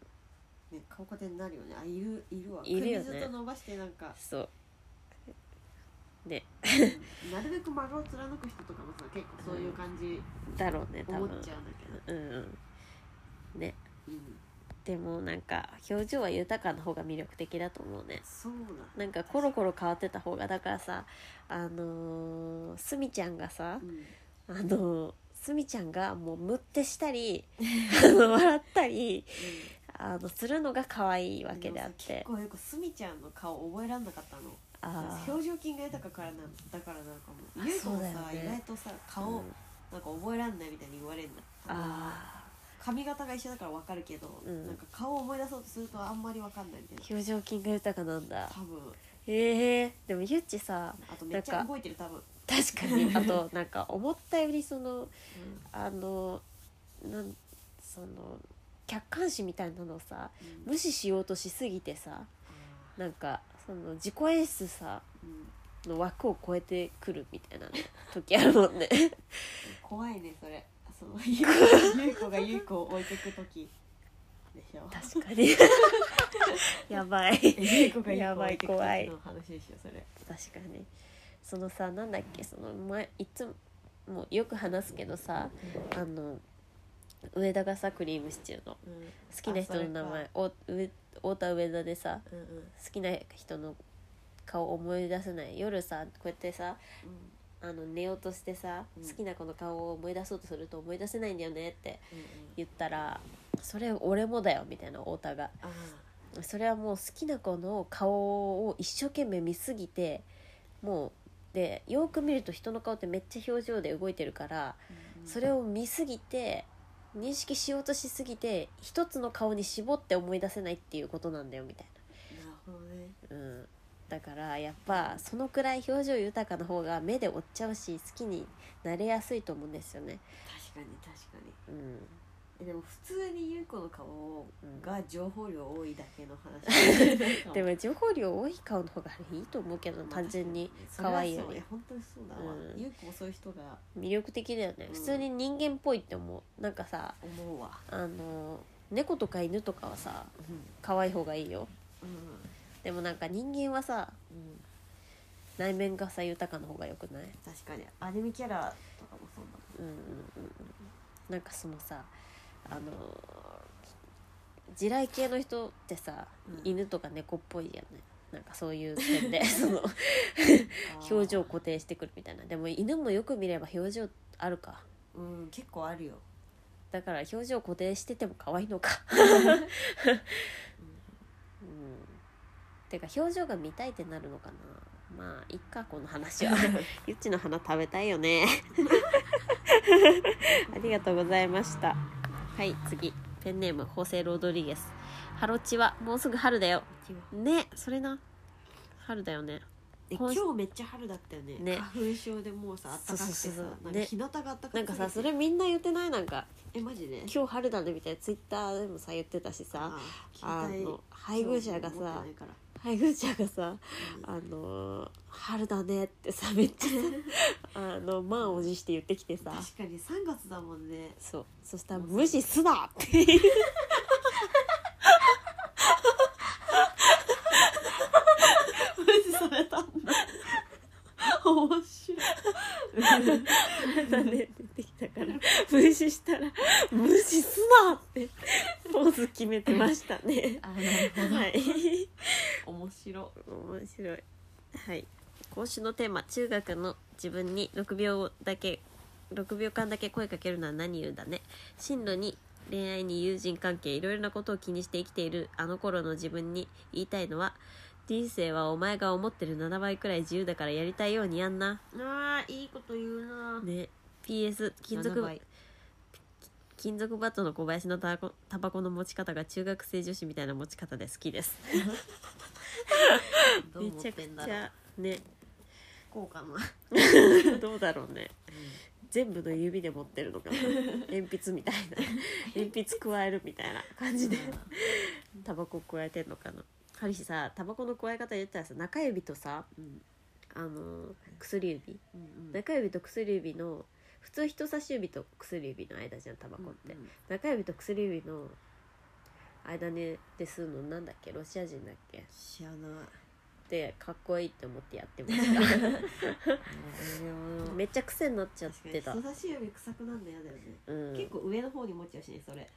顔固定になるよねあいるいるわ
いるよね
首ずっと伸ばしてなんか
そうね
なるべく丸を貫く人とかもさ結構そういう感じ
だろうね多
思っ
分
ちゃうんだけど、
うんうんね
うん、
でもなんか表情は豊かな方が魅力的だと思うね
そうだ
なんかコロコロ変わってた方がだからさあのーすみちゃんがさ
うん
あのーすみちゃんがもうむってした りあの笑ったりあのするのが可愛いわけであっ
結
て
構よくすみちゃんの顔覚えらんなかったの
あー
表情筋が豊かからなんだからなのかも
あ
ゆう子も
そう
さ、
だよね
意外とさ顔、
うん
なんか覚えらんないみたいに言われるんだ
あ
髪型が一緒だからわかるけど、
うん
なんか顔を思い出そうとするとあんまりわかんないみたいな
ー表情筋が豊かなんだ
多分
ええでもゆっちさ
あとめっち
な
ゃ
んか
動いてる多分、
確かに あとなんか思ったよりそのあのなんその客観視みたいなのをさ無視しようとしすぎてさなんかその自己演出さ
うんうん
の枠を超えてくるみたいな、 ね、時あるもんね
怖いねそれそのゆう子がゆう子を置いてく時でしょ
確かに やばい確
えゆう子がゆう
や
子を
ば
置
い
いてく時
怖い
の話でしょそれ
かにそのさなんだっけその前いつももうよく話すけどさあの上田がさクリームシチューの
うんうん
好きな人の名
あそれ
前お上太田上田でさ
うんうん
好きな人の顔を思い出せない夜さこうやってさあの寝ようとしてさ、
うん
好きな子の顔を思い出そうとすると思い出せないんだよねって
うんうん
言ったら「それ俺もだよ」みたいな太田が
あ
それはもう好きな子の顔を一生懸命見すぎてもうでよく見ると人の顔ってめっちゃ表情で動いてるから、
ー
それを見すぎて認識しようとしすぎて一つの顔に絞って思い出せないっていうことなんだよみたい
なるほどね
な。うんだからやっぱそのくらい表情豊かな方が目で追っちゃうし好きになれやすいと思うんですよね。
確かに確かに
うん、
えでも普通にゆう子の顔
うん
が情報量多いだけの話
でも情報量多い顔の方がいいと思うけど単純に可愛いよ
それはそう
り
や本当にそうだわ、
うん
ゆう子もそういう人が
魅力的だよね
うん
普通に人間っぽいって思うなんかさ
思うわ
あの猫とか犬とかはさ
うん
可愛い方がいいよ
うん
でもなんか人間はさ
うん
内面がさ豊かな方が良くない
確かにアニメキャラとかもそうだ
うんうんうんうんなんかそのさあの地雷系の人ってさ、
うん
犬とか猫っぽいじゃないなんかそういう点 でその表情固定してくるみたいなでも犬もよく見れば表情あるか
うん結構あるよ
だから表情固定してても可愛いのか うんてか表情が見たいってなるのかなまあいっかこの 話はゆっちの花食べたいよねありがとうございましたはい次ペンネームホセロドリゲスハロチはもうすぐ春だよねそれな春だよね
え今
今
日めっちゃ春だったよね
ね
花粉症でもうさあったかくてさ
そうそうそう
なんか
ね
日向があったかくて
なんかさそれみんな言ってないなんか
えマジで
「今日春だね」みたいなツイッターでもさ言ってたしさあ
聞いたい
の配偶者が
興味持って
さ
ないから
配偶者がさ
うん
あのー春だねってさめっちゃ あの満を持して言ってきてさ
確かに3月だもんね
そうそしたら「無視すな!」っていう
無視されたんだ面白い。
春だねって言ってきたから無視したら「無視すな!」ってポーズ決めてましたね
は
はいい
面白い
面白いはい今週のテーマ中学の自分に6秒だけ6秒間だけ声かけるのは何言うだね進路に恋愛に友人関係いろいろなことを気にして生きているあの頃の自分に言いたいのは人生はお前が思ってる7倍くらい自由だからやりたいようにやんな
あーいいこと言うな
ね PS 金属
7倍
金属バットの小林のタバコタバコの持ち方が中学生女子みたいな持ち方で好きです
どう思ってんだろう
ね
こうかな、
どうだろうね 全部の指で持ってるの かな鉛筆みたいな鉛筆加えるみたいな感じでタバコ加えてんのかなハリシさタバコの加え方言ったらさ中指とさ
うん
あのー薬指
うんうん
中指と薬指の普通人差し指と薬指の間じゃんタバコって、中指と薬指の間にですのなんだっけロシア人だっけ
知らない
でかっこいいって思ってやってました めっちゃ癖になっちゃっ
確か
て
に
た
人、差し指臭くなんの嫌だよね、
うん、
結構上の方に持っちゃうしねそれ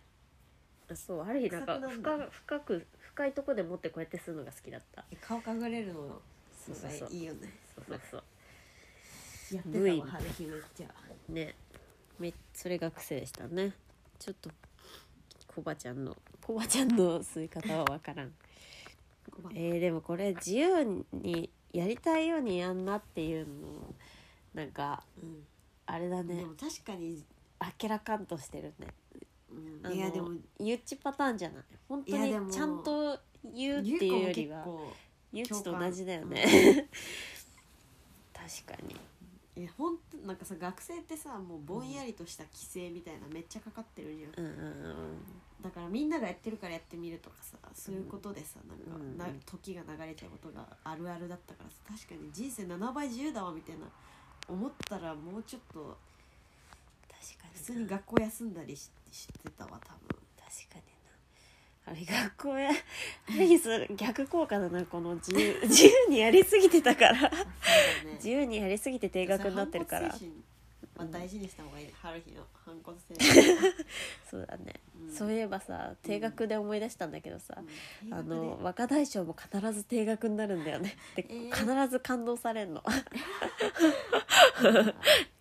そうある日なんか
臭くな
深
るの
深く深いとこで持ってこうやってするのが好きだった
顔隠れるのが
そうそうそう
いいよね
そうそうそう
やって
ブイ
たわ春日めっちゃ
ねめそれが癖でしたねちょっとコバちゃんのコバちゃんの吸い方はわ からんえー、でもこれ自由にやりたいようにやんなっていうのなんか
うん
あれだね
でも確かに、
明らかんとしてるね
うん
あの
いやでも
ゆっちパターンじゃない本当
いやで
に
も
ちゃんと言うって
ゆう
いう
こも
より
結
は
構
ゆっちと同じだよね、 確かに
いや本当なんかさ学生ってさもうぼんやりとした規制みたいなめっちゃかかってるじゃ
う
ん、
んうんうん
だからみんながやってるからやってみるとかさそういうことでさなんか、
うん
な時が流れちゃうことがあるあるだったからさ確かに人生7倍自由だわみたいな思ったらもうちょっと
確かに
普通に学校休んだりししてたわ多 分
確かになあれ学校やあれにそれ逆効果だなこの自 由自由にやりすぎてたから
そうだね
自由にやりすぎて定額になってるから
反骨精神は大事にした方がいい、春日の反骨精神、
そうだね、
うん
そういえばさ定額で思い出したんだけどさ、
うん
あの若大将も必ず定額になるんだよねで、
えー
必ず感動され んの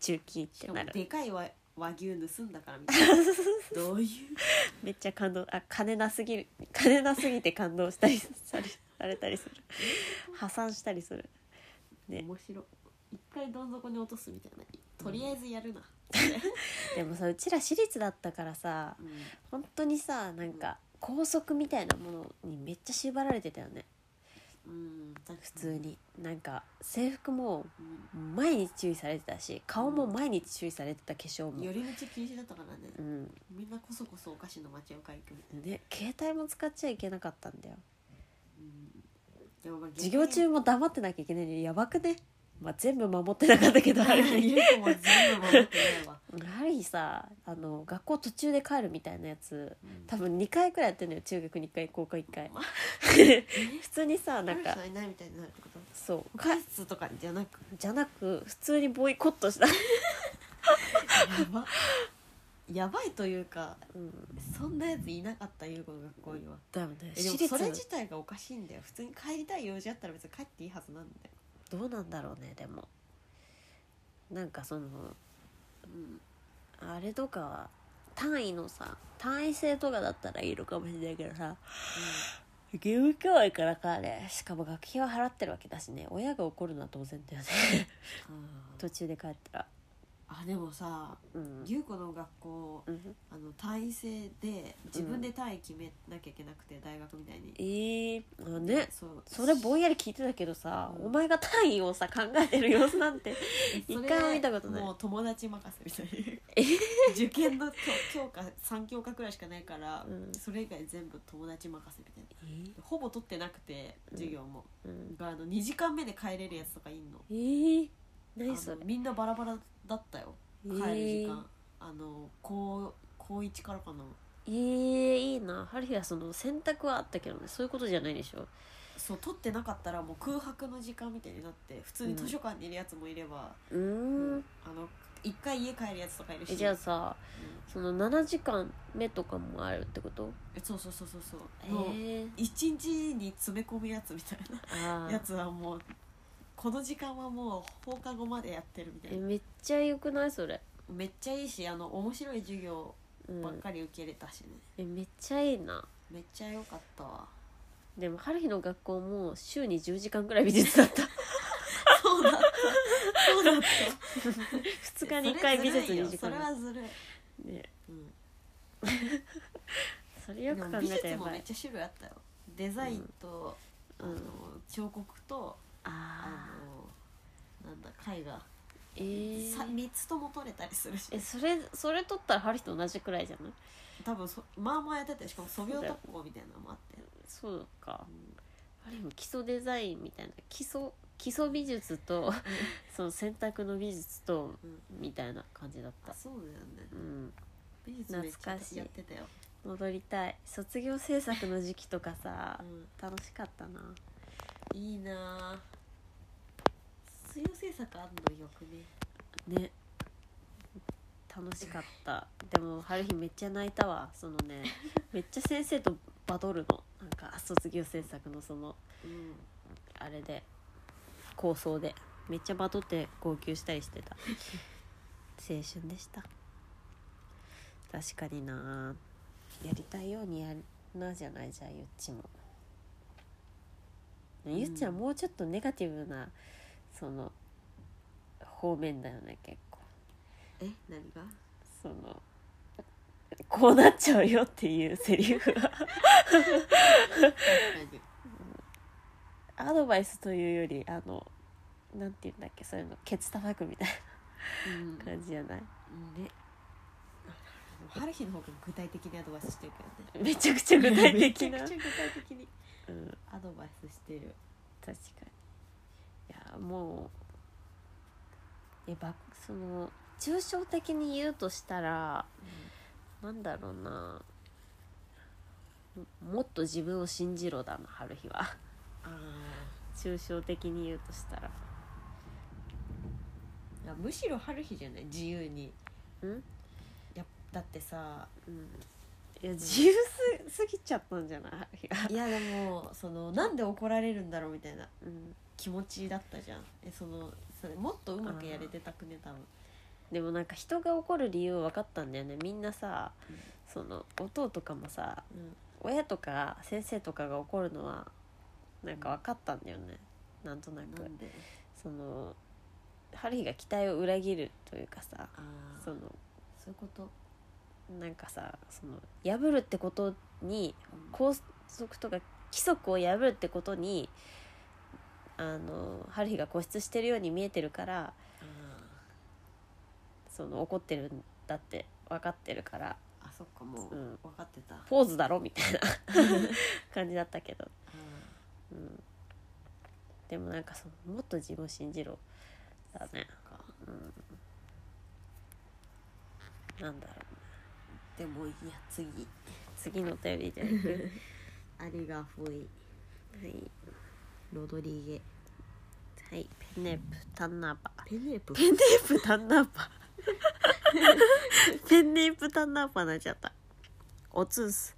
中期っ
してか
な
も
る
でかい和和牛盗んだからみたい などういう
めっちゃ感動あ金なすぎる金なすぎて感動したりされ されたりする破産したりするね
面白い一回どん底に落とすみたいなとりあえずやるな、
でもさうちら私立だったからさ
うん
本当にさなんか校則みたいなものにめっちゃ縛られてたよね
うん、
普通になんか制服も
う
毎日注意されてたし顔も毎日注意されてた化粧
ん、
も
寄り道禁止だったからね、
うん
みんなこそこそお菓子の町を買いに行くみたいな、
ね携帯も使っちゃいけなかったんだよ
うん、でもまあ逆に
授業 中も黙ってなきゃいけないのにやばくねまあ全部守ってなかった けどある日
ゆうこも全部守ってないわ、
ある日さあの学校途中で帰るみたいなやつ多分2回くらいやってんのよ中学2回高校1回 普通にさな
な
んん
か
か
いないみたいになるってこと
そう
クラスとかじゃなく
じゃなく普通にボイコットした、
やばやばいというか
うん、
そんなやついなかったゆうこの学校には
だよね
えでも
私立
それ自体がおかしいんだよ普通に帰りたい用事あったら別に帰っていいはずなんだよ、
どうなんだろうねでもなんかその
うん
あれとかは単位のさ単位制とかだったらいいのかもしれないけどさ義務教育だからねしかも学費は払ってるわけだしね親が怒るのは当然だよね
うん、
途中で帰ったら
あでもさ
うん
優子の学校
うん
あの単位制で自分で単位決めなきゃいけなくて、大学みたいに
えー、あね
そう
それぼんやり聞いてたけどさ、お前が単位をさ考えてる様子なんて一
それ
回も見たことない
もう友達任せみたいな受験の教教科3教科くらいしかないから、
うん
それ以外全部友達任せみたい
えー
なほぼ取ってなくて授業も、
うん
があの2時間目で帰れるやつとかいんの
えー、
あの
何それ
みんなバラバラだったよ
え
帰る時
ー
間、あの高高1からかな
えー、いいなハリはその選択はあったけどねそういうことじゃないでしょ
そう取ってなかったらもう空白の時間みたいになって普通に図書館にいるやつもいれば、
うーんん
あの一回家帰るやつとかいる
え
し
じゃあさ
うん
その7時間目とかもあるってこと
えそうそうそうそうそう、
え
もう
ー、
一日に詰め込むやつみたい
あ
な
ー
やつはもうこの時間はもう放課後までやってるみた
え
いな
めっちゃ良くないそれ、
めっちゃいいしあの面白い授業
う
ばっ
ん、
かり受けれたしね、
えめっちゃいいな
めっちゃ良かったわ
でも春日の学校も週に10時間くらい美術だった
そうだったそうだった
2日に1回美術2時
そ
間
れはずるい、
ね
うん、
それよ
で
く
も
考
美
えたら
術
や
も
ば
めっ
い
ちゃ種類あったよデザインと、
うん
あの彫刻とあ
ああ
のなんだ絵画、
えー
さ3つとも取れたりするし
えそれそれ取ったら春日と同じくらいじゃない
多分そまあまあやっててしかも素描特攻みたいなのもあって
そうか春日も基礎デザインみたいな基礎基礎美術とその選択の美術と
うん
みたいな感じだった
あそうだよね
うん
美術めっちゃ
懐かしい
やってたよ、
戻りたい卒業制作の時期とかさ
う、
楽しかったなん
いいなあ水曜制作あんのよくね
ね楽しかったでも春日めっちゃ泣いたわそのねめっちゃ先生とバトルのなんか卒業制作のその
うん
あれで構想でめっちゃバトって号泣したりしてた青春でした確かになやりたいようにやるなじゃないじゃあゆっちも、ゆっちはもうちょっとネガティブなその方面だよね結構
え何が
そのこうなっちゃうよっていうセリフが
確かに
アドバイスというよりあのなんて言うんだっけそういうのケツ叩くみたい
うん
な感じじゃない
ね春日の方が具体的にアドバイスしてるからね
めちゃくちゃ具体的
め
な
ちゃくちゃ具体的に
うん
アドバイスしてる
確かにいやもうえばその抽象的に言うとしたら、なんだろうなももっと自分を信じろだな春日は
ああ
抽象的に言うとしたら
むしろ春日じゃない自由に
うん
やっだってさ
うんいや自由すすぎちゃったんじゃない春日は、
いやでもそのなんで怒られるんだろうみたいな
うん、
気持ちだったじゃんえそのそれもっとうまくやれてたくね多分
でもなんか人が怒る理由分かったんだよねみんなさ、その音とかもさ
うん
親とか先生とかが怒るのはなんか分かったんだよね、なんとなく
なんで
その春日が期待を裏切るというかさ
ああ
そ
そう
の
いうこと
なんかさその破るってことに校則とか規則を破るってことにあの春日が固執してるように見えてるから
あ
その怒ってるんだって分かってるから
ああそっかも
う
う、
ん
分かってたあ
ポーズだろみた いな感じだったけど
あ
うん、でもなんかそのもっと自分を信じろだね
そっか
なんだろう
でもいいや次
次のお便りじゃな く
ありがほい
はい、
ロドリゲ
はい、ペネープタンナーパ
ペネー プ
ペネープタンナーパ ペネープタンナーパになっちゃったおつうす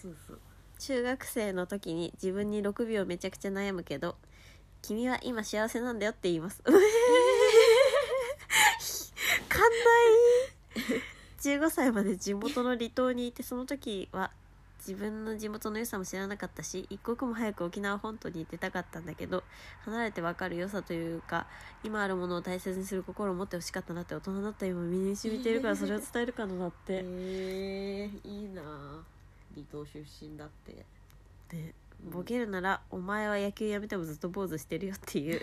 そうそう
中学生の時に自分に6秒めちゃくちゃ悩むけど君は今幸せなんだよって言います。うえー、 寛大15歳まで地元の離島にいてその時は自分の地元の良さも知らなかったし一刻も早く沖縄本島に出たかったんだけど離れて分かる良さというか今あるものを大切にする心を持ってほしかったなって大人になった今身に染みているからそれを伝えるかなだっ
へ
て、
えいいな離島出身だって
ねボケるならお前は野球やめてもずっと坊主してるよって いう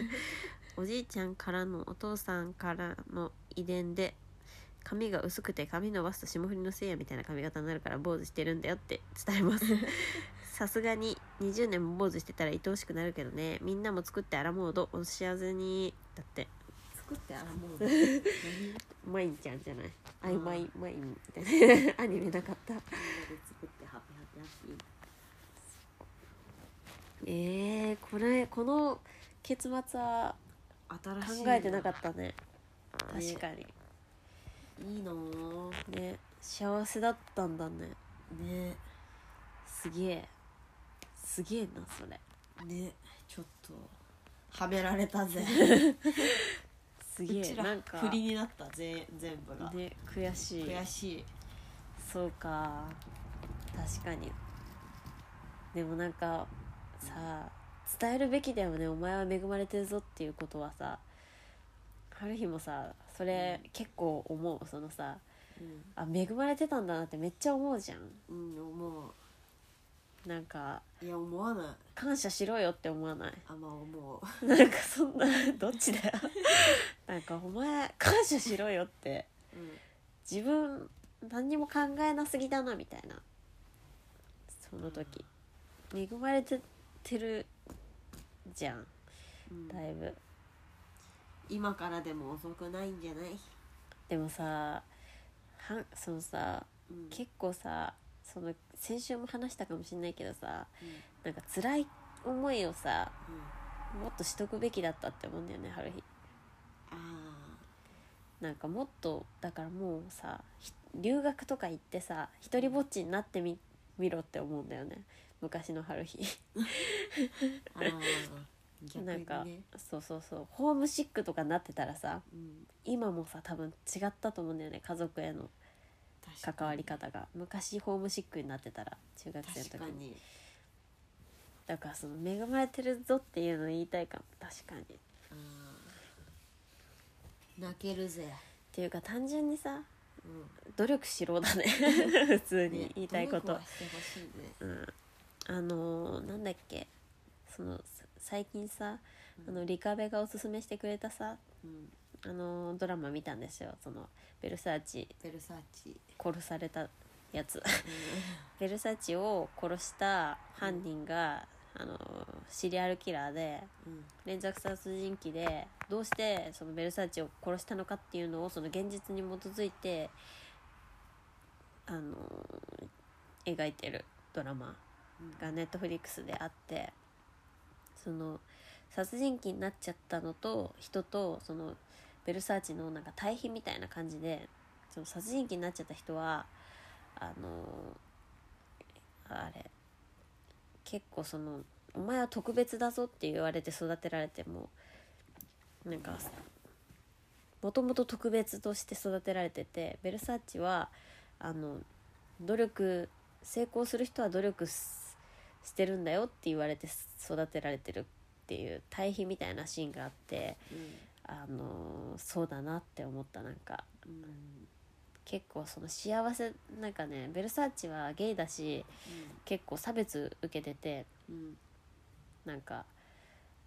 おじいちゃんからのお父さんからの遺伝で髪が薄くて髪伸ばすと霜降りのせいやみたいな髪型になるから坊主してるんだよって伝えます さすがに20年も坊主してたら愛おしくなるけどねみんなも作ってアラモードお幸せにだって
作ってあら もう何
マインちゃんじゃないあい
うん
マイマインみたいな アニメなか った
で作ってハッピーハッピーハッピー
えー、これこの結末は考
新しい
えてなかったね
ね
確かに
いいなぁ
ね幸せだったんだね
ね
すげえすげえなそれ
ねちょっとはめられたぜ
す
う
げえ
ちら
なんか
振りになったぜ全部が、
ね悔しい
悔しい
そうか確かにでもなんかさ伝えるべきだよねお前は恵まれてるぞっていうことはさ春日もさそれ結構思うそのさあ恵まれてたんだなってめっちゃ思うじゃん
うん思
なんか
ういや思わない
感謝しろよって思わない
あんま思う
なんかそんなどっちだよなんかお前感謝しろよって自分何にも考えなすぎだなみたいなその時恵まれててるじゃん
うん
だいぶ
今からでも遅くないんじゃない
でもさはんそのさ
うん
結構さその先週も話したかもしんないけどさ
うん
なんか辛い思いをさもっとしとくべきだったって思うんだよね春日
あ
なんかもっとだからもうさひ留学とか行ってさ一人ぼっちになってみみろって思うんだよね昔の春日
ーあー逆に
なんか
ね
そうそうそうホームシックとかなってたらさ
うん
今もさ多分違ったと思うんだよね家族への
確かに
関わり方が昔ホームシックになってたら中学生の時
確かに
だからその恵まれてるぞっていうのを言いたいかも確かにっ
あー泣けるぜ、
ていうか単純にさ
う
努力し ろだね普通
ん
に言いたいこ
努
と
力はしてほしいね
うん、あのーなんだっけそのさ最近さあのリカベがおすすめしてくれたさ
うん
あのードラマ見たんですよそのベルサーチ
ベルサーチ、
殺されたやつ ベルサーチを殺した犯人が、あのーシリアルキラーで
うん
連続殺人鬼でどうしてそのベルサーチを殺したのかっていうのをその現実に基づいてあのー描いてるドラマがネットフリックスであってその殺人鬼になっちゃったのと人とそのベルサーチのなんか対比みたいな感じでその殺人鬼になっちゃった人はあのーあれ結構その「お前は特別だぞ」って言われて育てられてもなんかもともと特別として育てられててベルサーチはあの努力成功する人は努力すしてるんだよって言われて育てられてるっていう対比みたいなシーンがあってあのそうだなって思ったなんか
うんうん
結構その幸せなんかねベルサーチはゲイだし結構差別受けてて
うん
なんか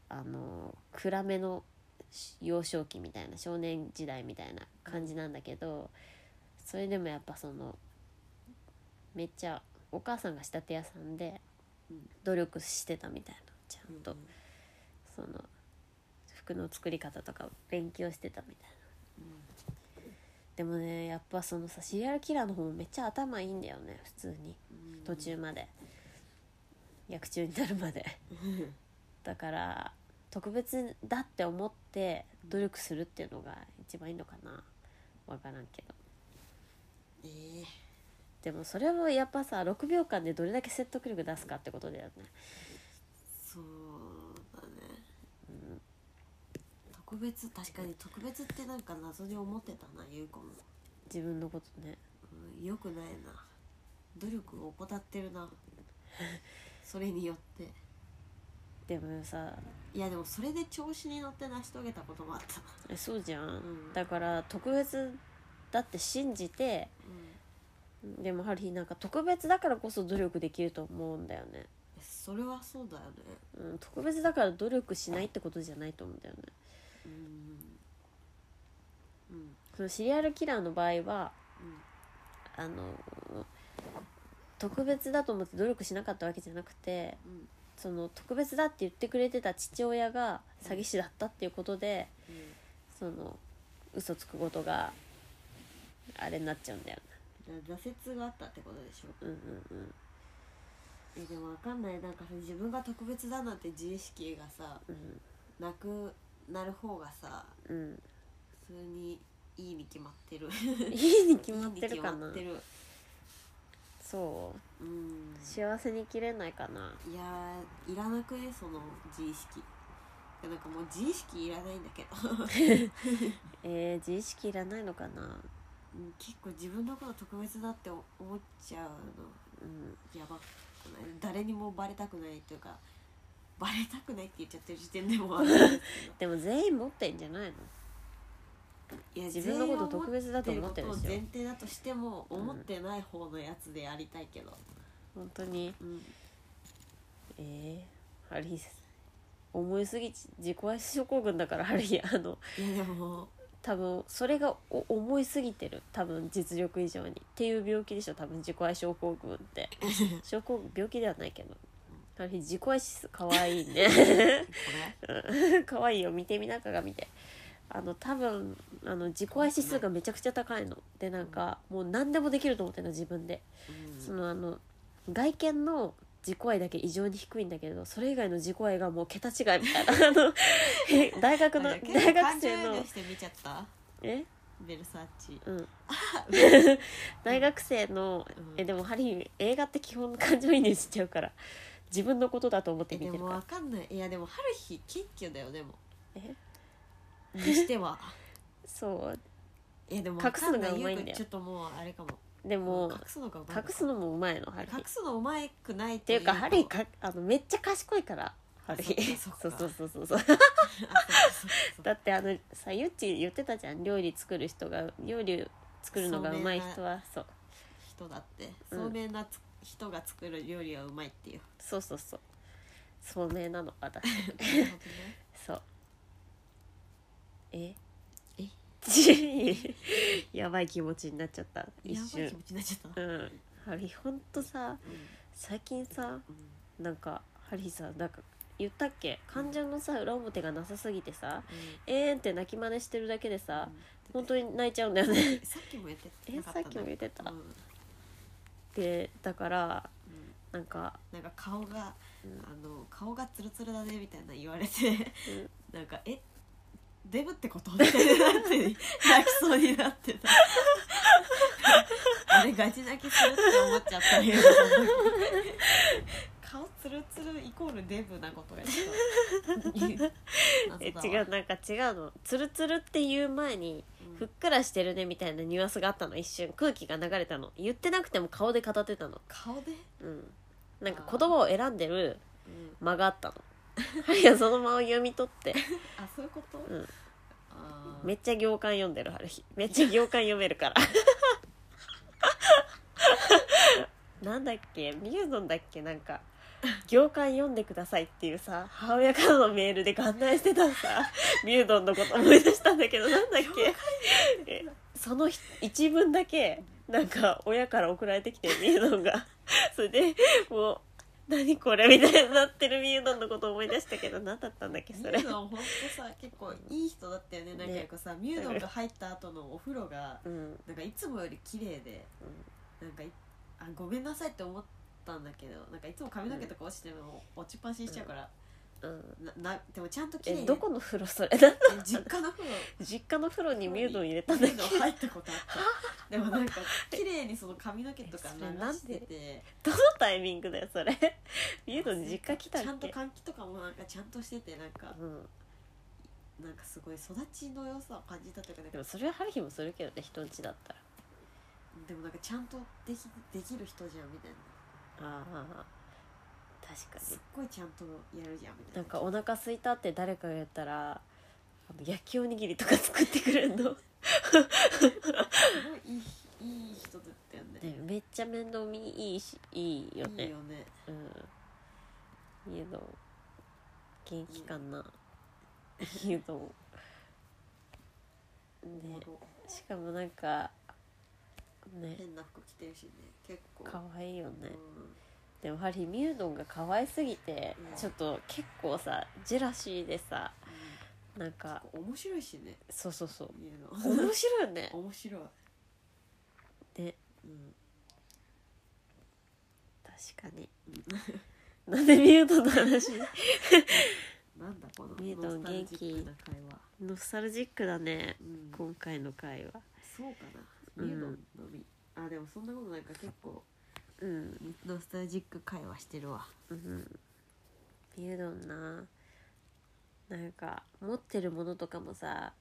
あの暗めのし幼少期みたいな少年時代みたいな感じなんだけど、それでもやっぱそのめっちゃお母さんが仕立て屋さんで
うん
努力してたみたいなちゃ
うんん
と、その服の作り方とかを勉強してたみたいな。でもねやっぱそのさシリアルキラーの方もめっちゃ頭いいんだよね普通に
うん
途中まで、薬中になるまで
うん
だから特別だって思って努力するっていうのが一番いいのかな分からんけど
えー
でもそれをやっぱさ6秒間でどれだけ説得力出すかってことだよね
そうだね、特別確かに特別ってなんか謎に思ってたな優子も、
自分のことね
うん、よくないな
努力を怠って るなそれによって
でもさ
いやでもそれで調子に乗って成し遂げたこともあった
えそうじゃん、
ん
だから特別だって信じて
うん
でもハリーなんか特別だからこそ努力できると思うんだよね、
それはそうだよね
うん、特別だから努力しないってことじゃないと思うんだよね
うんうん
そのシリアルキラーの場合は
うん
あの特別だと思って努力しなかったわけじゃなくて
うん
その特別だって言ってくれてた父親が詐欺師だったっていうことで、その嘘つくことがあれになっちゃうんだよね
うんだ挫折があったってことでしょ
うんうんうん
えでもわかんないなんかさ自分が特別だなんて自意識がさ
うん
なくなる方がさ
うん
普通にいいに決まってる
いいに決まってるか
いいに決ま
な
ってる
そう
うん
幸せに切れないかない
やーいらなくねその自意識いやなんかもう自意識いらないんだ けど
えー、自意識いらないのかな
うん結構自分のこと特別だって思っちゃうの
うん
やばくない誰にもバレたくないというかバレたくないって言っちゃってる時点でもあるんですけど
でも全員持ってんじゃないの
いや
自分のこと特別だと思ってるんですよ
全員が思ってることを前提だとしても
うん
思ってない方のやつでやりたいけど、
本当に
うん
えー、ハリー思いすぎち自己愛症候群だからハリーあ の
いやでも
多分それがお思いすぎてる多分実力以上にっていう病気でしょ多分自己愛症候群って 症候群病気ではないけどハリー自己愛指数かわいいね
これ
可愛いよ見てみな鏡であの多分あの自己愛指数がめちゃくちゃ高いのでなんかもう何でもできると思ってるの自分で、そのあの外見の自己愛だけ異常に低いんだけどそれ以外の自己愛がもう桁違いみたいな あのえ大学の
あじゃ
大
あ結構
学
感情
生
移入
の
して見ちゃった
え
ベルサーチ
うん 大学生の
うん
えでもハリー映画って基本感情移入しちゃうから自分のことだと思って
え
見て
で
る
も
から
わかんないいやでも春日謙虚だよでも
え
にしては
そ
いやでもわかんな
隠すの
い
が上手いんだよ
ゆうくちょっともうあれかも
うでも
隠すのが上手い
隠すのもうまいのハリー
隠すのうまくないっ
っていうかハリー
か
かあのめっちゃ賢いからハリー
そっ
そ
かそっ
う
か
そうそうそうそうだってあのさゆっち言ってたじゃん料理作る人が料理作るのがうまい人はそう
人だって
うん
聡明なつ人が作る料理はうまいっていう
そうそうそう聡明なの私
なるほどね
そうえ
え
やばい気持ちになっちゃった 一
やば
瞬
い気持ちになっちゃった
う、んハリーほんとさ最近さ
うん
なんかハリーさなんか言ったっけ感情のさ裏表がなさすぎてさ
うん
えーんって泣き真似してるだけでさ、
うん
本当に泣いちゃうんだよね
さっきもやって
え
なか
さ
た
っきも言ってた、
うんうん
でだからなんか、
なんか顔が
うん
あの顔がツルツルだねみたいな言われて
うん
なんかえデブってことみたいなって泣きそうになってたあれガチ泣きするって思っちゃったけど顔ツルツルイコールデブなことがちょっと謎だわ
え違うなんか違うのツルツルっていう前に
うん
ふっくらしてるねみたいなニュアンスがあったの一瞬空気が流れたの言ってなくても顔で語ってたの
顔で、
うんなんか言葉を選んでる
うん、
間があったの ハリーはその間を読み取って、
あそういうこと、
うん、
あー
めっちゃ行間読んでる春日めっちゃ行間読めるからなんだっけミューゾンだっけなんか行間読んでくださいっていうさ母親からのメールで願内してたさミューゾンのこと思い出したんだけどなんだっけえそのひ一文だけなんか親から送られてきてミューゾンがそれでもう何これみたいになってるミューゾンのこと思い出したけど何だったんだっけそ
ミュ
れ
ードン本当さ結構いい人だったよねなんかよくさ、ミュードンが入った後のお風呂が
うん
なんかいつもより綺麗で、なんかいあごめんなさいって思ったんだけどなんかいつも髪の毛とか落ちてるのも落ちっぱなしにしちゃうから、
うん
ななでもちゃんと綺麗
え
に
どこの風呂それ だ
え実家 の風呂
実家の風呂にミュードン入れたんだ
ミ
け
ュードン入ったことあっ たでもなんか綺麗にその髪の毛とか
えそれ
流
なん
して
で
て
どのタイミングだよそれ ミュードン実家来たっ
ちゃんと
け
換気とかもなんかちゃんとしててなんか
うん、
なんかすごい育ちの良さを感じたというかなん
で
か
もそれは春日もするけどね人んちだったら
でもなんかちゃんとできできる人じゃんみたいな
ああ確か
す
に
っごいちゃんとやるじゃんみた
ないん
な
かお腹空いたって誰かが言ったらあの焼きおにぎりとか作ってくれるの、
すごいいいいい人だったよね
ね、めっちゃ面倒見いいしいいよね
いいよね
うん家の元気かな家 の
おもろ
しかもなんかね
変な服着てるしね結構
可愛いよね
うん
でもハリーミュードンが可愛すぎて
うん
ちょっと結構さジェラシーでさなんか
うん面白いしね
そうそうそう
見るの
面白いよね
面白い
ね
うん
確かに なんでミュードンの話
なんだこの
見えた
ノスタルジックな会話
ノスタルジックだね
うん
今回の回は
そうか
う
なん見えたのみあでもそんなことないか結構
うん
ノスタルジック会話してるわ
うんビルドンななんか持ってるものとかもさ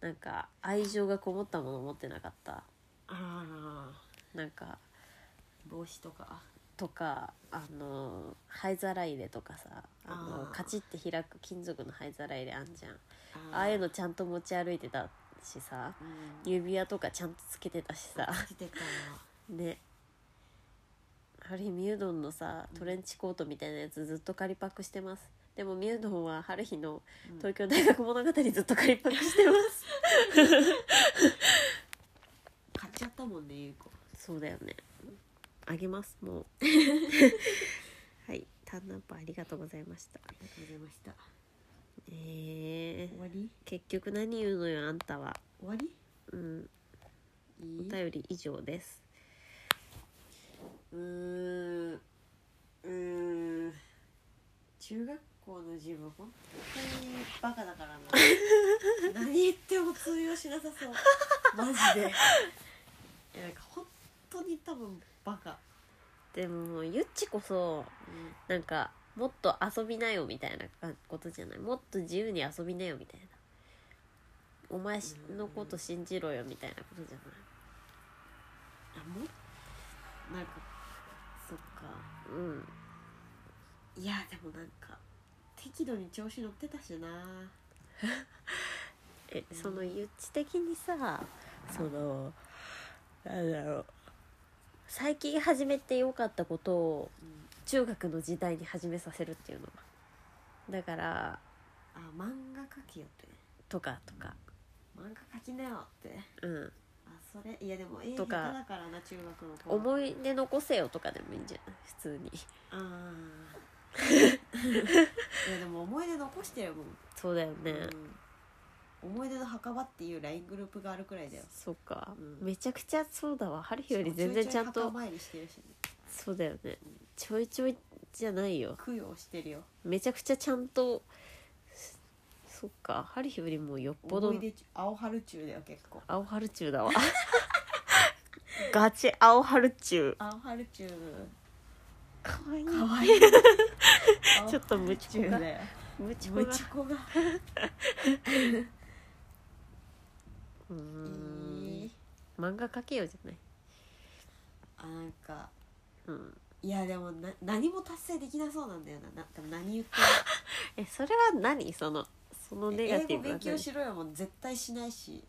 なんか愛情がこもったもの持ってなかった
ああ
なんか
帽子とか
とかあの灰皿入れとかさあの
あー
カチッて開く金属の灰皿入れあんじゃん
あー
ああいうのちゃんと持ち歩いてたしさ
うん
指輪とかちゃんとつけてたしさ
着てた
ねハリーミュードンのさトレンチコートみたいなやつずっと仮パクしてますでもミュードンは春日の
うん
東京大学物語ずっと仮パクしてます
買っちゃったもんねゆうこ
そうだよねあげます もうはいタンナップありがとうございました
ありがとうございました
えー、
終わり
結局何言うのよあんたは
終わり
うん
い
お
い
便り以上です
うーんうーん中学校の自分本当にバカだからな何言っても通用しなさそうマジでいやなんか本当に多分バカ、
でももうゆっちこそ
う
なんかもっと遊びなよみたいなことじゃないもっと自由に遊びなよみたいなお前のこと信じろよみたいなことじゃ
ん、あもなんかそっか
ないうん
いやでもなんか適度に調子乗ってたしな
えそのゆっち的にさそのなんだろう最近始めてよかったことを
うん
中学の時代に始めさせるっていうのはだから
あ漫画描きよって
とかとか
漫画描きなよって
うん
あそれいやでも絵下
と
手だ
か
からな中学の子
思い出残せよとかでもいいんじゃない普通に
ああいやでも思い出残してるもん、
そうだよね、
うん、思い出の墓場っていう LINE グループがあるくらいだよ
そっか、
うん
めちゃくちゃそうだわ春日より全然ちゃん
ょいょい
と
墓参りしてるし、ね、
そうだよねちょいちょいじゃないよ
供養してるよ
めちゃくちゃちゃんとそっか春日よりもよっぽど
思い出中青春中だよ結構
青春中だわガチ青春中
青春中
かわいい
かわいい
ちょっと無知
中だよ
ムチコ
む
が
ちこが
うー
い
ん
い
漫画描けようじゃない
あなんか
うん
いやでもな何も達成できなそうなんだよなな多分何言って
えそれは何そのその
も
ネガ
英
ティ
語
ブな
勉強しろよもう絶対しないし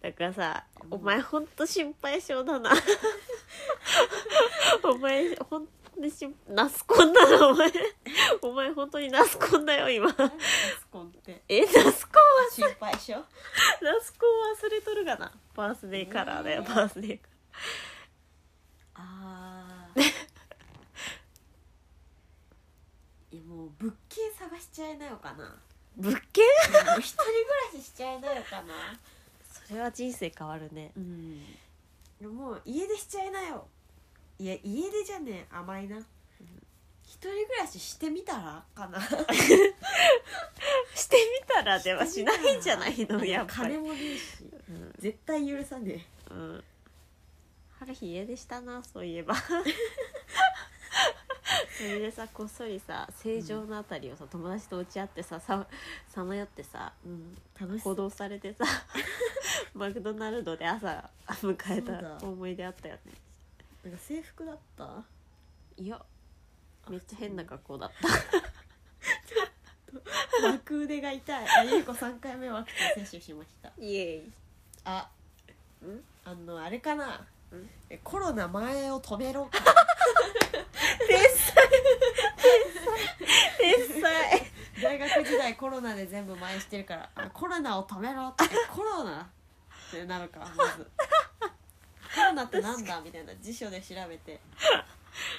だからさ
うん
お前ほんと心配性だな お前ほんとにしナスコンだなお前お前ほんとにナスコンだよ今
何ナスコンって
えナスコンは
心配しょ
ナスコン忘れとるがなバースデーカラーだよ
ねえ
バースデーカラー
ああ いやもう物件探しちゃいなよか な
物件
もう一人暮らししちゃいなよかな
それは人生変わるね
うんもう家出しちゃいなよいや家出じゃねえ甘いな、一人暮らししてみたらかな
してみたらではしないんじゃないのやっぱ
金
り、
もねえし絶対許さねえ
うん うん、春日家出したなそういえばそれでさこっそりさ正常のあたりをさ友達と落ち合ってさささまよってさ
うん楽しそ
行
う
動されて さマクドナルドで朝迎え
そうだ
た思い出あったよね
なんか制服だった
いやめっちゃ変な格好だった
枠腕が痛いあゆうこ3回目ワクチン接種しました
イエイ
あ
ん
あのあれかなんえコロナ前を止めろか
天才
大学時代コロナで全部前してるからあコロナを止めろってコロナってなるかま ずコロナってなんだみたいな辞書で調べて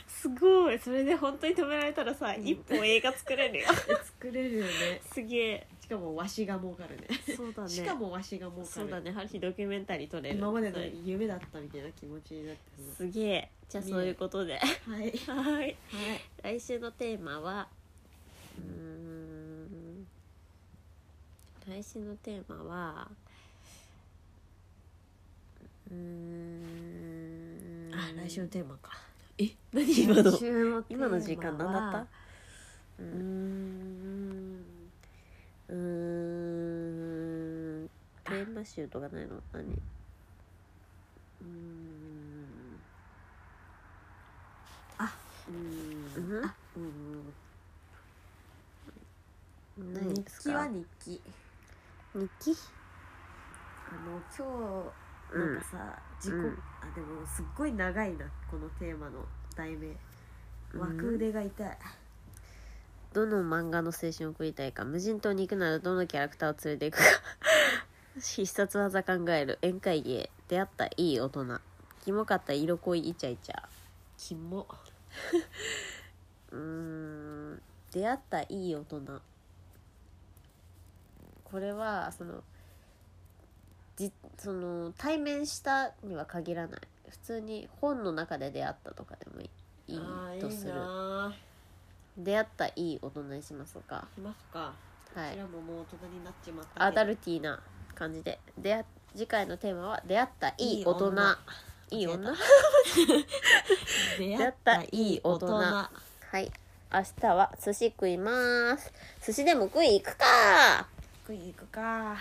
すごいそれで本当に止められたらさ、一本映画作れるよ
作れるよね
すげえ
しかもわしが儲かるね
そうだね
しかもわしが儲かる
そうだねハリードキュメンタリー撮れる
今までの夢だったみたいな気持ちになってます
すげえじゃあそういうことで
はい はい
はい来週のテーマはうーん来週のテーマはうーん
テーマか
え何今の
来週のテー
今
マは
の時間何だったうーんうーんテーマ集とかないの何うーん
うー
うんん
うーん
何で
日
す
記は
か
日記
日記
あの今日
うん
なんかさ、自己、
うん
あでもすっごい長いなこのテーマの題名
うん
枠腕が痛い、
どの漫画の青春を送りたいか無人島に行くならどのキャラクターを連れて行くか 必殺技考える宴会芸出会ったいい大人キモかった色恋イチャイチャ
キモ
うーん出会ったいい大人これはそのじその対面したには限らない普通に本の中で出会ったとかでもいいい
あーい
とする
いな
出会ったいい大人にしますか
ーいますか
は
こ
い
ちらももう大人になっちまった
ア
けど
ダルティーな感じで出会次回のテーマは「出会ったいい大人」いい女
出
出会ったいい大人
は
はい明日は寿司食います寿司でも食い行くか
これ行くか